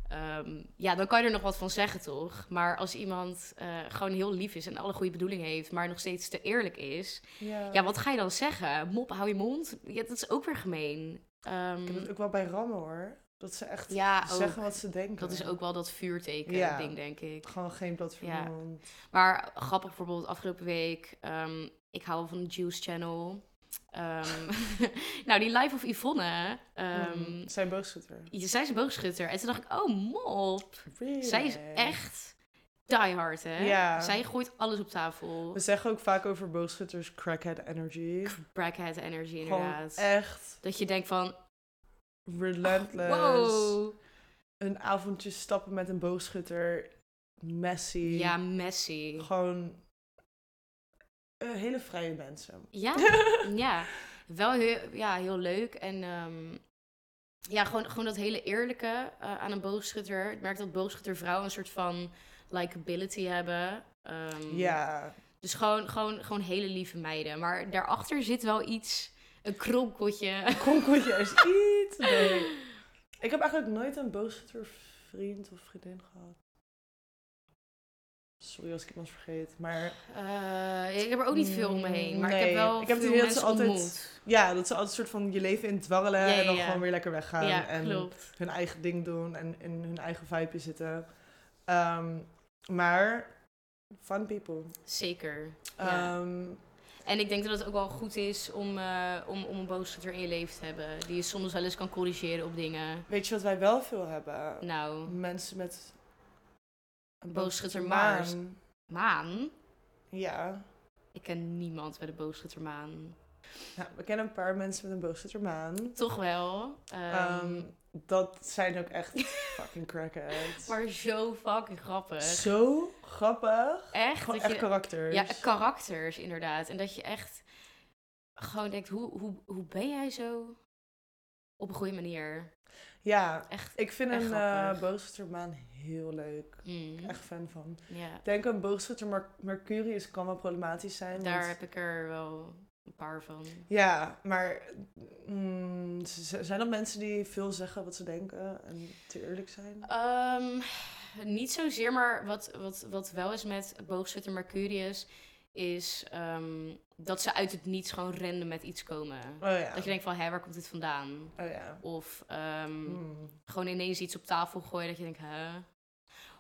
Speaker 1: ehm, ja, dan kan je er nog wat van zeggen, toch? Maar als iemand eh, gewoon heel lief is en alle goede bedoelingen heeft, maar nog steeds te eerlijk is,
Speaker 2: Ja.
Speaker 1: ja, wat ga je dan zeggen? Mop, hou je mond? Ja, dat is ook weer gemeen. Ehm,
Speaker 2: Ik heb het ook wel bij rammen hoor. Dat ze echt
Speaker 1: ja, ook,
Speaker 2: zeggen wat ze denken.
Speaker 1: dat is ook wel dat vuurteken
Speaker 2: Ja.
Speaker 1: ding, denk ik.
Speaker 2: Gewoon geen blad voor
Speaker 1: Ja.
Speaker 2: de mond.
Speaker 1: Maar grappig bijvoorbeeld, afgelopen week, ehm, ik hou wel van de Juice Channel. Ehm, [LAUGHS] nou, die Live of Yvonne, ehm,
Speaker 2: Mm. Zijn boogschutter.
Speaker 1: zij is een boogschutter. En toen dacht ik, oh mop, zij is
Speaker 2: Really?
Speaker 1: echt diehard, hè?
Speaker 2: Ja.
Speaker 1: Zij gooit alles op tafel.
Speaker 2: We zeggen ook vaak over boogschutters crackhead energy.
Speaker 1: Brackhead energy,
Speaker 2: Gewoon
Speaker 1: inderdaad.
Speaker 2: echt
Speaker 1: Dat je denkt van,
Speaker 2: relentless.
Speaker 1: wow.
Speaker 2: Een avondje stappen met een boogschutter. Messy.
Speaker 1: Ja, messy.
Speaker 2: Gewoon eh, hele vrije mensen. [LAUGHS]
Speaker 1: Ja, ja. Wel heel, ja, heel leuk. En ehm, ja, gewoon, gewoon dat hele eerlijke eh, aan een boogschutter. Ik merk dat boogschuttervrouwen een soort van likability hebben. Ehm,
Speaker 2: ja.
Speaker 1: Dus gewoon, gewoon, gewoon hele lieve meiden. Maar daarachter zit wel iets, een kronkeltje.
Speaker 2: Kronkeltje
Speaker 1: [LAUGHS]
Speaker 2: is iets. Nee. Ik heb eigenlijk nooit een boogschutter vriend of vriendin gehad. Sorry als ik iemand vergeet. Maar
Speaker 1: Eh, ik heb er ook niet veel om me heen. Maar ik
Speaker 2: Nee,
Speaker 1: heb wel
Speaker 2: ik heb het
Speaker 1: veel
Speaker 2: idee dat ze
Speaker 1: mensen
Speaker 2: altijd-
Speaker 1: ontmoet.
Speaker 2: ja, dat ze altijd een soort van je leven in dwarrelen
Speaker 1: Ja, ja,
Speaker 2: en dan
Speaker 1: ja.
Speaker 2: gewoon weer lekker weggaan.
Speaker 1: ja,
Speaker 2: en
Speaker 1: klopt.
Speaker 2: hun eigen ding doen en in hun eigen vibe zitten. Ehm, maar fun people.
Speaker 1: Zeker. Ja.
Speaker 2: Ehm,
Speaker 1: En ik denk dat het ook wel goed is om, eh, om, om een boogschutter in je leven te hebben. Die je soms wel eens kan corrigeren op dingen.
Speaker 2: Weet je wat wij wel veel hebben?
Speaker 1: Nou,
Speaker 2: Mensen met een
Speaker 1: Boogschuttermaars.
Speaker 2: boogschuttermaan.
Speaker 1: maan?
Speaker 2: Ja.
Speaker 1: Ik ken niemand bij de boogschuttermaan.
Speaker 2: Nou, we kennen een paar mensen met een boogschuttermaan.
Speaker 1: Toch wel. ehm,
Speaker 2: Ehm, dat zijn ook echt fucking
Speaker 1: [LAUGHS]
Speaker 2: crackheads.
Speaker 1: maar zo fucking grappig.
Speaker 2: Zo grappig.
Speaker 1: Echt?
Speaker 2: Gewoon
Speaker 1: Dat
Speaker 2: echt
Speaker 1: je,
Speaker 2: karakters.
Speaker 1: ja, karakters inderdaad. En dat je echt gewoon denkt, hoe, hoe, hoe ben jij zo op een goede manier?
Speaker 2: Ja,
Speaker 1: Echt.
Speaker 2: ik vind
Speaker 1: Echt
Speaker 2: een
Speaker 1: grappig.
Speaker 2: eh boogschuttermaan heel leuk.
Speaker 1: mm,
Speaker 2: Echt fan van.
Speaker 1: ja,
Speaker 2: Ik denk een boogschutter Mer- Mercurius kan wel problematisch zijn.
Speaker 1: daar
Speaker 2: want-
Speaker 1: heb ik er wel een paar van.
Speaker 2: Ja, maar mm, z- zijn dat mensen die veel zeggen wat ze denken en te eerlijk zijn?
Speaker 1: Ehm, niet zozeer, maar wat, wat, wat wel is met boogzitter Mercurius, is ehm, dat ze uit het niets gewoon renden met iets komen.
Speaker 2: Oh ja.
Speaker 1: Eh, Dat je denkt van, hé, waar komt dit vandaan?
Speaker 2: Oh ja.
Speaker 1: Of ehm,
Speaker 2: Mm.
Speaker 1: gewoon ineens iets op tafel gooien dat je denkt, hè?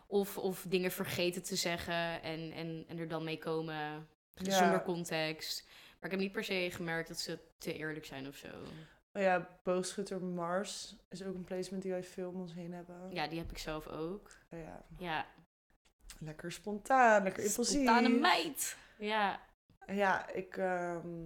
Speaker 1: Of, of dingen vergeten te zeggen en, en, en er dan mee komen
Speaker 2: Ja.
Speaker 1: zonder context. Maar ik heb niet per se gemerkt dat ze te eerlijk zijn of zo.
Speaker 2: Oh ja, boogschutter Mars is ook een placement die wij veel om ons heen hebben.
Speaker 1: Ja, die heb ik zelf ook.
Speaker 2: Oh ja.
Speaker 1: Ja,
Speaker 2: Lekker spontaan, lekker impulsief.
Speaker 1: spontane meid. Ja.
Speaker 2: Ja, ik... ehm,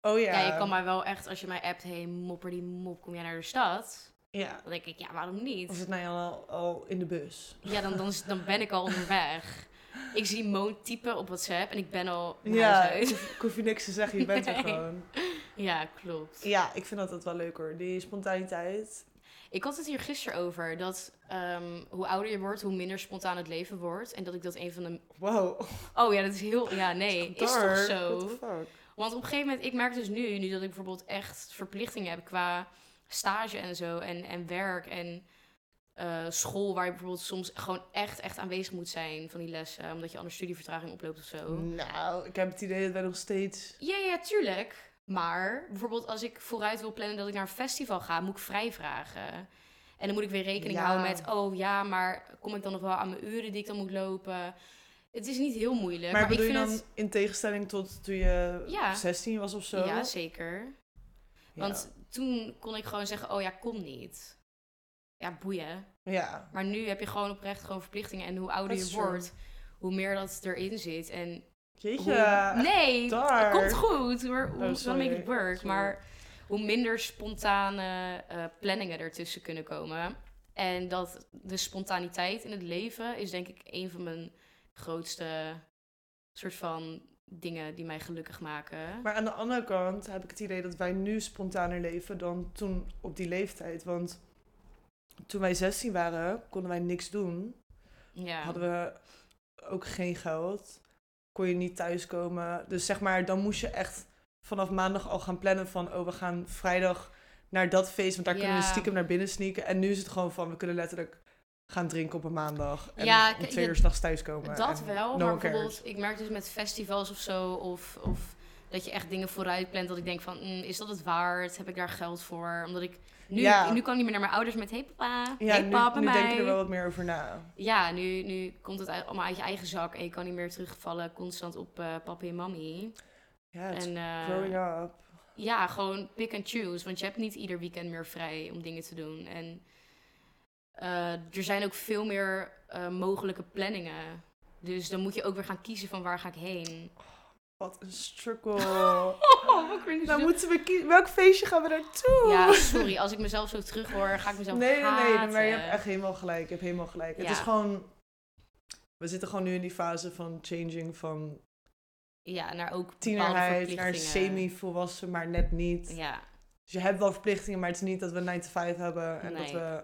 Speaker 2: Oh ja.
Speaker 1: Ja, je kan mij wel echt, als je mij appt, hey mopper die mop, kom jij naar de stad?
Speaker 2: Ja.
Speaker 1: Dan denk ik, ja, waarom
Speaker 2: Of
Speaker 1: niet?
Speaker 2: het nou al, al in de bus.
Speaker 1: Ja, dan, dan, dan ben ik al onderweg. Ik zie Moon typen op WhatsApp en ik ben al naar
Speaker 2: Ja.
Speaker 1: huis uit.
Speaker 2: Ik hoef je niks te zeggen, je bent er
Speaker 1: [LAUGHS] Nee.
Speaker 2: gewoon.
Speaker 1: Ja, klopt.
Speaker 2: Ja, ik vind dat dat wel leuk hoor. Die spontaniteit.
Speaker 1: Ik had het hier gisteren over, dat ehm, hoe ouder je wordt, hoe minder spontaan het leven wordt. En dat ik dat een van de...
Speaker 2: Wow. [LAUGHS]
Speaker 1: Oh ja, dat is heel... Ja, nee, is toch
Speaker 2: Dark.
Speaker 1: zo?
Speaker 2: What the fuck?
Speaker 1: Want op een gegeven moment, ik merk dus nu, nu dat ik bijvoorbeeld echt verplichtingen heb qua stage en zo en, en werk en eh, school, waar je bijvoorbeeld soms gewoon echt, echt aanwezig moet zijn van die lessen, omdat je anders studievertraging oploopt of zo.
Speaker 2: Nou, ik heb het idee dat wij nog steeds...
Speaker 1: Ja, ja, tuurlijk. Maar bijvoorbeeld als ik vooruit wil plannen dat ik naar een festival ga, moet ik vrij vragen. En dan moet ik weer rekening
Speaker 2: Ja.
Speaker 1: houden met, oh ja, maar kom ik dan nog wel aan mijn uren die ik dan moet lopen? Het is niet heel moeilijk.
Speaker 2: Maar,
Speaker 1: Maar, ik
Speaker 2: bedoel je
Speaker 1: vind
Speaker 2: dan
Speaker 1: het...
Speaker 2: in tegenstelling tot toen je
Speaker 1: Ja.
Speaker 2: 16 was of zo?
Speaker 1: Ja, zeker. Want toen kon ik gewoon zeggen, oh ja, kom niet. Ja, boeien.
Speaker 2: Ja.
Speaker 1: Maar nu heb je gewoon oprecht gewoon verplichtingen. En hoe ouder
Speaker 2: Dat
Speaker 1: je
Speaker 2: is true.
Speaker 1: wordt, hoe meer dat erin zit. En
Speaker 2: Jeetje.
Speaker 1: hoe... Nee,
Speaker 2: daar.
Speaker 1: het komt goed. Maar we
Speaker 2: Oh,
Speaker 1: moeten wel make it
Speaker 2: sorry.
Speaker 1: work.
Speaker 2: Sorry.
Speaker 1: Maar hoe minder spontane eh, planningen ertussen kunnen komen. En dat de spontaniteit in het leven is denk ik een van mijn grootste soort van dingen die mij gelukkig maken.
Speaker 2: Maar aan de andere kant heb ik het idee dat wij nu spontaner leven dan toen op die leeftijd. Want toen wij 16 waren, konden wij niks doen.
Speaker 1: Ja.
Speaker 2: Hadden we ook geen geld. Kon je niet thuiskomen. Dus zeg maar, dan moest je echt vanaf maandag al gaan plannen van... oh, we gaan vrijdag naar dat feest, want daar kunnen we
Speaker 1: Ja.
Speaker 2: stiekem naar binnen sneaken. En nu is het gewoon van, we kunnen letterlijk gaan drinken op een maandag. En
Speaker 1: Ja,
Speaker 2: om
Speaker 1: kijk,
Speaker 2: twee
Speaker 1: dat-
Speaker 2: uur s'nachts thuiskomen.
Speaker 1: Dat
Speaker 2: eh, en
Speaker 1: wel,
Speaker 2: no
Speaker 1: maar
Speaker 2: one cares.
Speaker 1: bijvoorbeeld, ik merk dus met festivals of zo, of, of dat je echt dingen vooruit plant, dat ik denk van, "Mm, is dat het waard? Heb ik daar geld voor? Omdat ik, nu,
Speaker 2: Ja.
Speaker 1: nu kan ik niet meer naar mijn ouders met, hey papa,
Speaker 2: Ja,
Speaker 1: hey papa,
Speaker 2: nu, nu denk
Speaker 1: mij."
Speaker 2: je er wel wat meer over na.
Speaker 1: Ja, nu, nu komt het uit- allemaal uit je eigen zak en je kan niet meer terugvallen constant op eh papi en mami.
Speaker 2: Ja, het is
Speaker 1: En, eh,
Speaker 2: growing up.
Speaker 1: ja, gewoon pick and choose. Want je hebt niet ieder weekend meer vrij om dingen te doen. En eh, er zijn ook veel meer eh, mogelijke planningen. Dus dan moet je ook weer gaan kiezen van waar ga ik heen.
Speaker 2: Wat een struggle.
Speaker 1: [LAUGHS] Oh, wat cringe.
Speaker 2: Dan moeten we kiezen. Welk feestje gaan we naartoe?
Speaker 1: Ja, sorry. Als ik mezelf zo terughoor, ga ik mezelf
Speaker 2: [LAUGHS] nee, nee, nee.
Speaker 1: haten.
Speaker 2: Maar je hebt echt helemaal gelijk. Je hebt helemaal gelijk.
Speaker 1: eh. Ja.
Speaker 2: Het is gewoon... We zitten gewoon nu in die fase van changing van
Speaker 1: Ja, naar ook bepaalde
Speaker 2: tienerheid naar
Speaker 1: verplichtingen.
Speaker 2: semi-volwassen, maar net niet.
Speaker 1: Ja.
Speaker 2: Dus je hebt wel verplichtingen, maar het is niet dat we 9 to 5 hebben en dat
Speaker 1: Nee.
Speaker 2: we...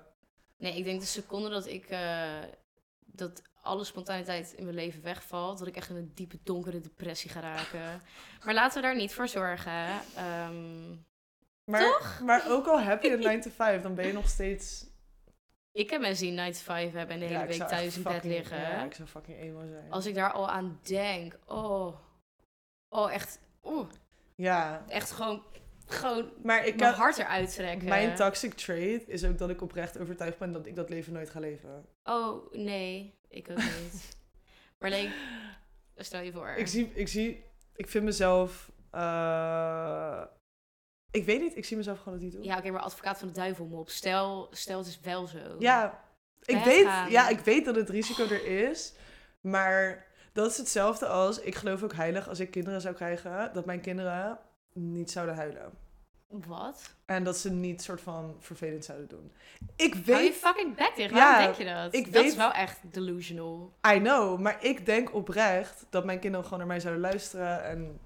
Speaker 1: Nee, ik denk de seconde dat ik... eh, dat alle spontaniteit in mijn leven wegvalt... dat ik echt in een diepe, donkere depressie ga raken. Maar laten we daar niet voor zorgen. Ehm,
Speaker 2: Maar, maar ook al heb
Speaker 1: [LAUGHS]
Speaker 2: je een 9 to 5, dan ben je nog steeds...
Speaker 1: ik heb mensen die 9 to 5 hebben en de
Speaker 2: Ja,
Speaker 1: hele
Speaker 2: ik
Speaker 1: week
Speaker 2: zou echt
Speaker 1: thuis in bed
Speaker 2: fucking-
Speaker 1: liggen.
Speaker 2: Ja, ik zou fucking emo zijn.
Speaker 1: Als ik daar al aan denk... Oh, oh echt... Oh,
Speaker 2: Ja,
Speaker 1: echt gewoon... Gewoon
Speaker 2: maar ik
Speaker 1: mijn
Speaker 2: heb...
Speaker 1: hart eruit trekken.
Speaker 2: Mijn toxic trait is ook dat ik oprecht overtuigd ben dat ik dat leven nooit ga leven.
Speaker 1: Oh, nee. Ik ook
Speaker 2: [LAUGHS]
Speaker 1: niet. maar like, stel je voor.
Speaker 2: Ik zie, ik zie, ik vind mezelf, eh, ik weet niet, ik zie mezelf gewoon het niet doen.
Speaker 1: Ja, oké, maar advocaat van de duivel mop. Stel, stel het is wel zo.
Speaker 2: Ja, ik
Speaker 1: Weggaan.
Speaker 2: weet, ja, ik weet dat het risico er is, maar dat is hetzelfde als, ik geloof ook heilig, als ik kinderen zou krijgen, dat mijn kinderen niet zouden huilen.
Speaker 1: Wat?
Speaker 2: En dat ze niet soort van vervelend zouden doen. Ik
Speaker 1: Hou je
Speaker 2: weet,
Speaker 1: fucking bek dicht.
Speaker 2: Ja,
Speaker 1: Waarom denk je dat?
Speaker 2: ik
Speaker 1: dat
Speaker 2: weet-
Speaker 1: is wel echt delusional.
Speaker 2: I know, maar ik denk oprecht dat mijn kinderen gewoon naar mij zouden luisteren en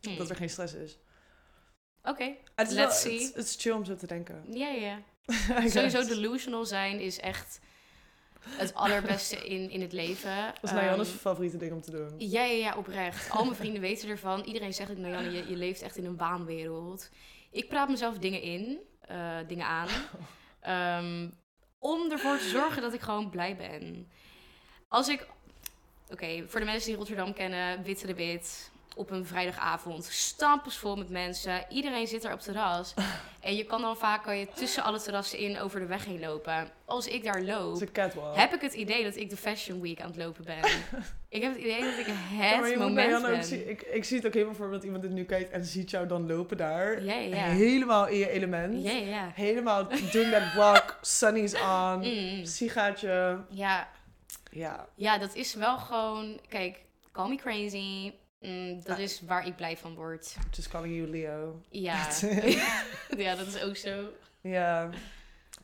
Speaker 1: Hm.
Speaker 2: dat er geen stress is.
Speaker 1: Oké,
Speaker 2: Het
Speaker 1: Let's
Speaker 2: is wel- het-
Speaker 1: see.
Speaker 2: Het is chill om zo te
Speaker 1: [LAUGHS]
Speaker 2: denken.
Speaker 1: ja, ja.
Speaker 2: I
Speaker 1: Sowieso
Speaker 2: guess.
Speaker 1: delusional zijn is echt het allerbeste in, in het leven.
Speaker 2: Dat is Najanne's
Speaker 1: Ehm,
Speaker 2: favoriete ding om te doen.
Speaker 1: Ja, ja, ja, oprecht. Al mijn vrienden [LAUGHS] weten ervan. Iedereen zegt ook, nou Janne, je, je leeft echt in een waanwereld. Ik praat mezelf dingen in, eh, dingen aan. ehm, om ervoor te zorgen dat ik gewoon blij ben. Als ik... Oké, voor de mensen die Rotterdam kennen, Witte de Wit. Op een vrijdagavond, stampensvol met mensen. Iedereen zit er op het terras. En je kan dan vaak kan je tussen alle terrassen in over de weg heen lopen. Als ik daar loop,
Speaker 2: Het is een catwalk.
Speaker 1: heb ik het idee dat ik de Fashion Week aan het lopen
Speaker 2: [LAUGHS]
Speaker 1: ben. ik heb het idee dat ik
Speaker 2: Ja, maar
Speaker 1: het
Speaker 2: je moet
Speaker 1: moment
Speaker 2: Najanne ook
Speaker 1: ben.
Speaker 2: zien- ik, ik zie het ook helemaal voor me dat iemand dit nu kijkt en ziet jou dan lopen daar.
Speaker 1: Ja, ja, ja.
Speaker 2: Helemaal in je element.
Speaker 1: Ja, ja, ja.
Speaker 2: Helemaal doing that
Speaker 1: [LAUGHS]
Speaker 2: walk, sunny's on,
Speaker 1: Mm.
Speaker 2: sigaatje.
Speaker 1: ja.
Speaker 2: Ja,
Speaker 1: Ja, dat is wel gewoon... Kijk, call me crazy. Mm, dat
Speaker 2: Ah.
Speaker 1: is waar ik blij van word.
Speaker 2: just calling you Leo. [LAUGHS]
Speaker 1: Ja. [LAUGHS] ja, dat is ook zo.
Speaker 2: Ja,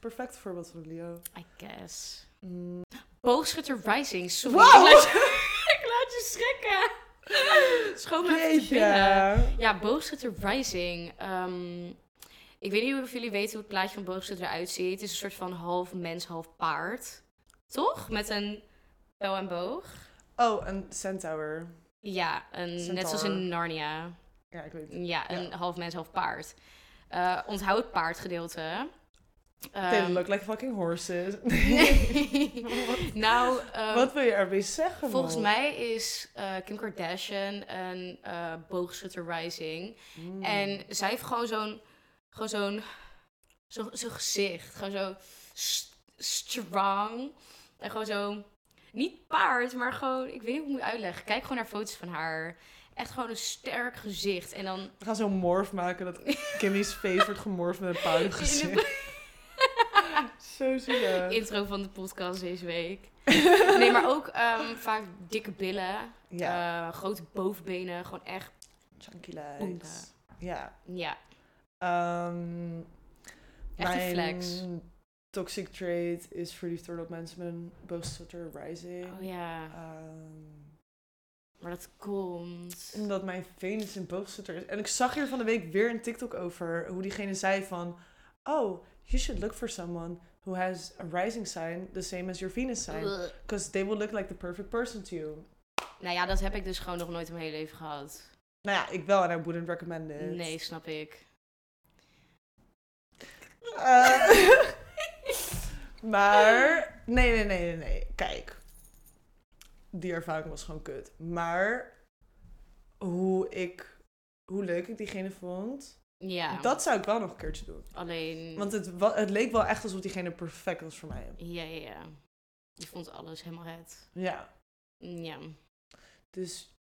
Speaker 2: perfect voorbeeld van Leo.
Speaker 1: I guess.
Speaker 2: Mm.
Speaker 1: Boogschutter Rising. Sorry,
Speaker 2: Wow!
Speaker 1: ik, laat je, [LAUGHS] ik laat je schrikken. Schoon me even te
Speaker 2: Jeetje.
Speaker 1: binnen. Ja, Boogschutter Rising. Ehm, ik weet niet of jullie weten hoe het plaatje van Boogschutter eruit ziet. Het is een soort van half mens, half paard. Toch? Met een pijl en boog.
Speaker 2: Oh, een centaur.
Speaker 1: Ja, een, net zoals
Speaker 2: Centaur.
Speaker 1: in Narnia.
Speaker 2: Ja, ik weet het.
Speaker 1: Ja, een half mens, half paard. Eh onthoud het paardgedeelte. Ehm,
Speaker 2: They look like fucking horses.
Speaker 1: Oh. nou, ehm,
Speaker 2: [LAUGHS] Wat wil je ermee zeggen,
Speaker 1: volgens
Speaker 2: man?
Speaker 1: mij is eh, Kim Kardashian een eh, boogschutter rising.
Speaker 2: Mm.
Speaker 1: En zij heeft gewoon zo'n gewoon zo'n zo, zo'n gezicht. Gewoon zo st- strong. En gewoon zo Niet paard, maar gewoon, ik weet niet hoe ik moet uitleggen. Kijk gewoon naar foto's van haar. Echt gewoon een sterk gezicht. En dan
Speaker 2: We gaan zo'n morf maken
Speaker 1: [LAUGHS]
Speaker 2: dat Kimmy's face wordt gemorfd met een paardengezicht. Zo zielig.
Speaker 1: intro van de podcast deze
Speaker 2: [LAUGHS]
Speaker 1: week. nee, maar ook ehm, vaak dikke billen,
Speaker 2: Ja,
Speaker 1: eh, grote bovenbenen, gewoon echt,
Speaker 2: chunky legs. Ja.
Speaker 1: ja,
Speaker 2: ehm,
Speaker 1: echt een
Speaker 2: mijn
Speaker 1: flex.
Speaker 2: toxic trait is verliefd worden op mensen met een boosstutter rising.
Speaker 1: Oh ja,
Speaker 2: Ehm,
Speaker 1: maar dat komt.
Speaker 2: Omdat mijn Venus een boogstutter is. En ik zag hier van de week weer een TikTok over hoe diegene zei van... Oh, you should look for someone who has a rising sign the same as your Venus sign.
Speaker 1: Ugh.
Speaker 2: Because they will look like the perfect person to you.
Speaker 1: Nou ja, dat heb ik dus gewoon nog nooit in mijn hele leven gehad.
Speaker 2: Nou ja, ik wel en I wouldn't recommend it.
Speaker 1: Nee, snap ik.
Speaker 2: Eh, [LAUGHS] maar... Nee, nee, nee, nee, nee. Kijk. Die ervaring was gewoon kut. Maar hoe ik... Hoe leuk ik diegene vond...
Speaker 1: Ja, Mm.
Speaker 2: Dat zou ik wel nog een keertje doen.
Speaker 1: alleen...
Speaker 2: Want het, wa- het leek wel echt alsof diegene perfect was voor mij.
Speaker 1: Ja, ja, ja. Je vond alles helemaal het.
Speaker 2: Ja.
Speaker 1: Ja.
Speaker 2: Dus.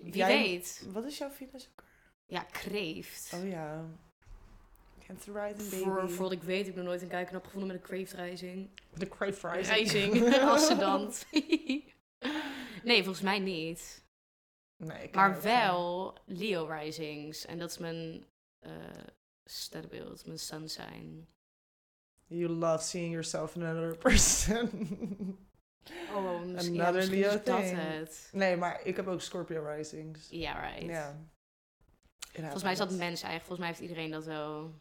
Speaker 1: Wie
Speaker 2: jij-
Speaker 1: weet.
Speaker 2: Wat is jouw Venus ook?
Speaker 1: Ja, kreeft.
Speaker 2: Oh ja. Cancer Rising Baby.
Speaker 1: voor, voor wat ik weet, ik heb nog nooit een kijkknap gevonden met een kreeftreizing.
Speaker 2: The Great Rising.
Speaker 1: [LAUGHS]
Speaker 2: [LAUGHS]
Speaker 1: Reizing, ascendant. nee, volgens mij niet.
Speaker 2: Nee, ik ken haar
Speaker 1: Maar
Speaker 2: ook
Speaker 1: wel Leo risings. En dat is mijn eh sterrenbeeld, mijn sun sign.
Speaker 2: niet. You love seeing yourself in another [LAUGHS] person.
Speaker 1: Oh, misschien, ja,
Speaker 2: Another
Speaker 1: misschien
Speaker 2: Leo
Speaker 1: is dat
Speaker 2: thing.
Speaker 1: het.
Speaker 2: nee, maar ik heb ook Scorpio Risings.
Speaker 1: Ja, right.
Speaker 2: Ja.
Speaker 1: Volgens mij is dat mens eigenlijk. Volgens mij heeft iedereen dat wel.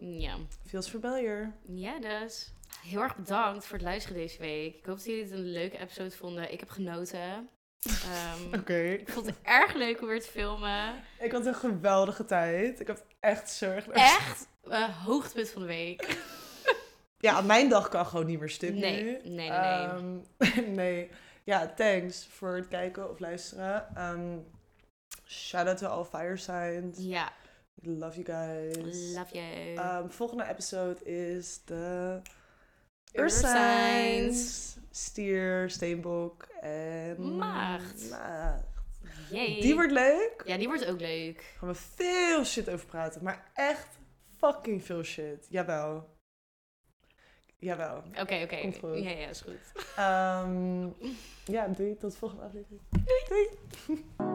Speaker 1: Ja.
Speaker 2: Feels familiar.
Speaker 1: Ja, dus. Heel erg bedankt voor het luisteren deze week. Ik hoop dat jullie het een leuke episode vonden. Ik heb genoten. Ehm,
Speaker 2: [LAUGHS] Oké.
Speaker 1: ik vond het erg leuk om weer te
Speaker 2: [LAUGHS]
Speaker 1: filmen.
Speaker 2: Ik had een geweldige tijd. Ik heb echt zorg.
Speaker 1: Echt eh, hoogtepunt van de week.
Speaker 2: Ja, mijn dag kan gewoon niet meer stuk
Speaker 1: Nee,
Speaker 2: nu.
Speaker 1: nee, nee, nee.
Speaker 2: Ehm, [LAUGHS] nee. Ja, thanks voor het kijken of luisteren. Ehm, shout out to all fire signs.
Speaker 1: Ja,
Speaker 2: We Love you guys.
Speaker 1: love you.
Speaker 2: Ehm, volgende episode is de
Speaker 1: Earth
Speaker 2: Earth
Speaker 1: signs.
Speaker 2: signs. Stier, steenbok en
Speaker 1: Maagd.
Speaker 2: maagd.
Speaker 1: Yay.
Speaker 2: Die wordt leuk.
Speaker 1: Ja, die wordt ook leuk.
Speaker 2: Gaan we veel shit over praten, maar echt fucking veel shit. Jawel. Jawel.
Speaker 1: Oké, oké.
Speaker 2: Komt goed.
Speaker 1: Ja, ja, is goed.
Speaker 2: Ehm, ja, doei. Tot de volgende aflevering. Doei.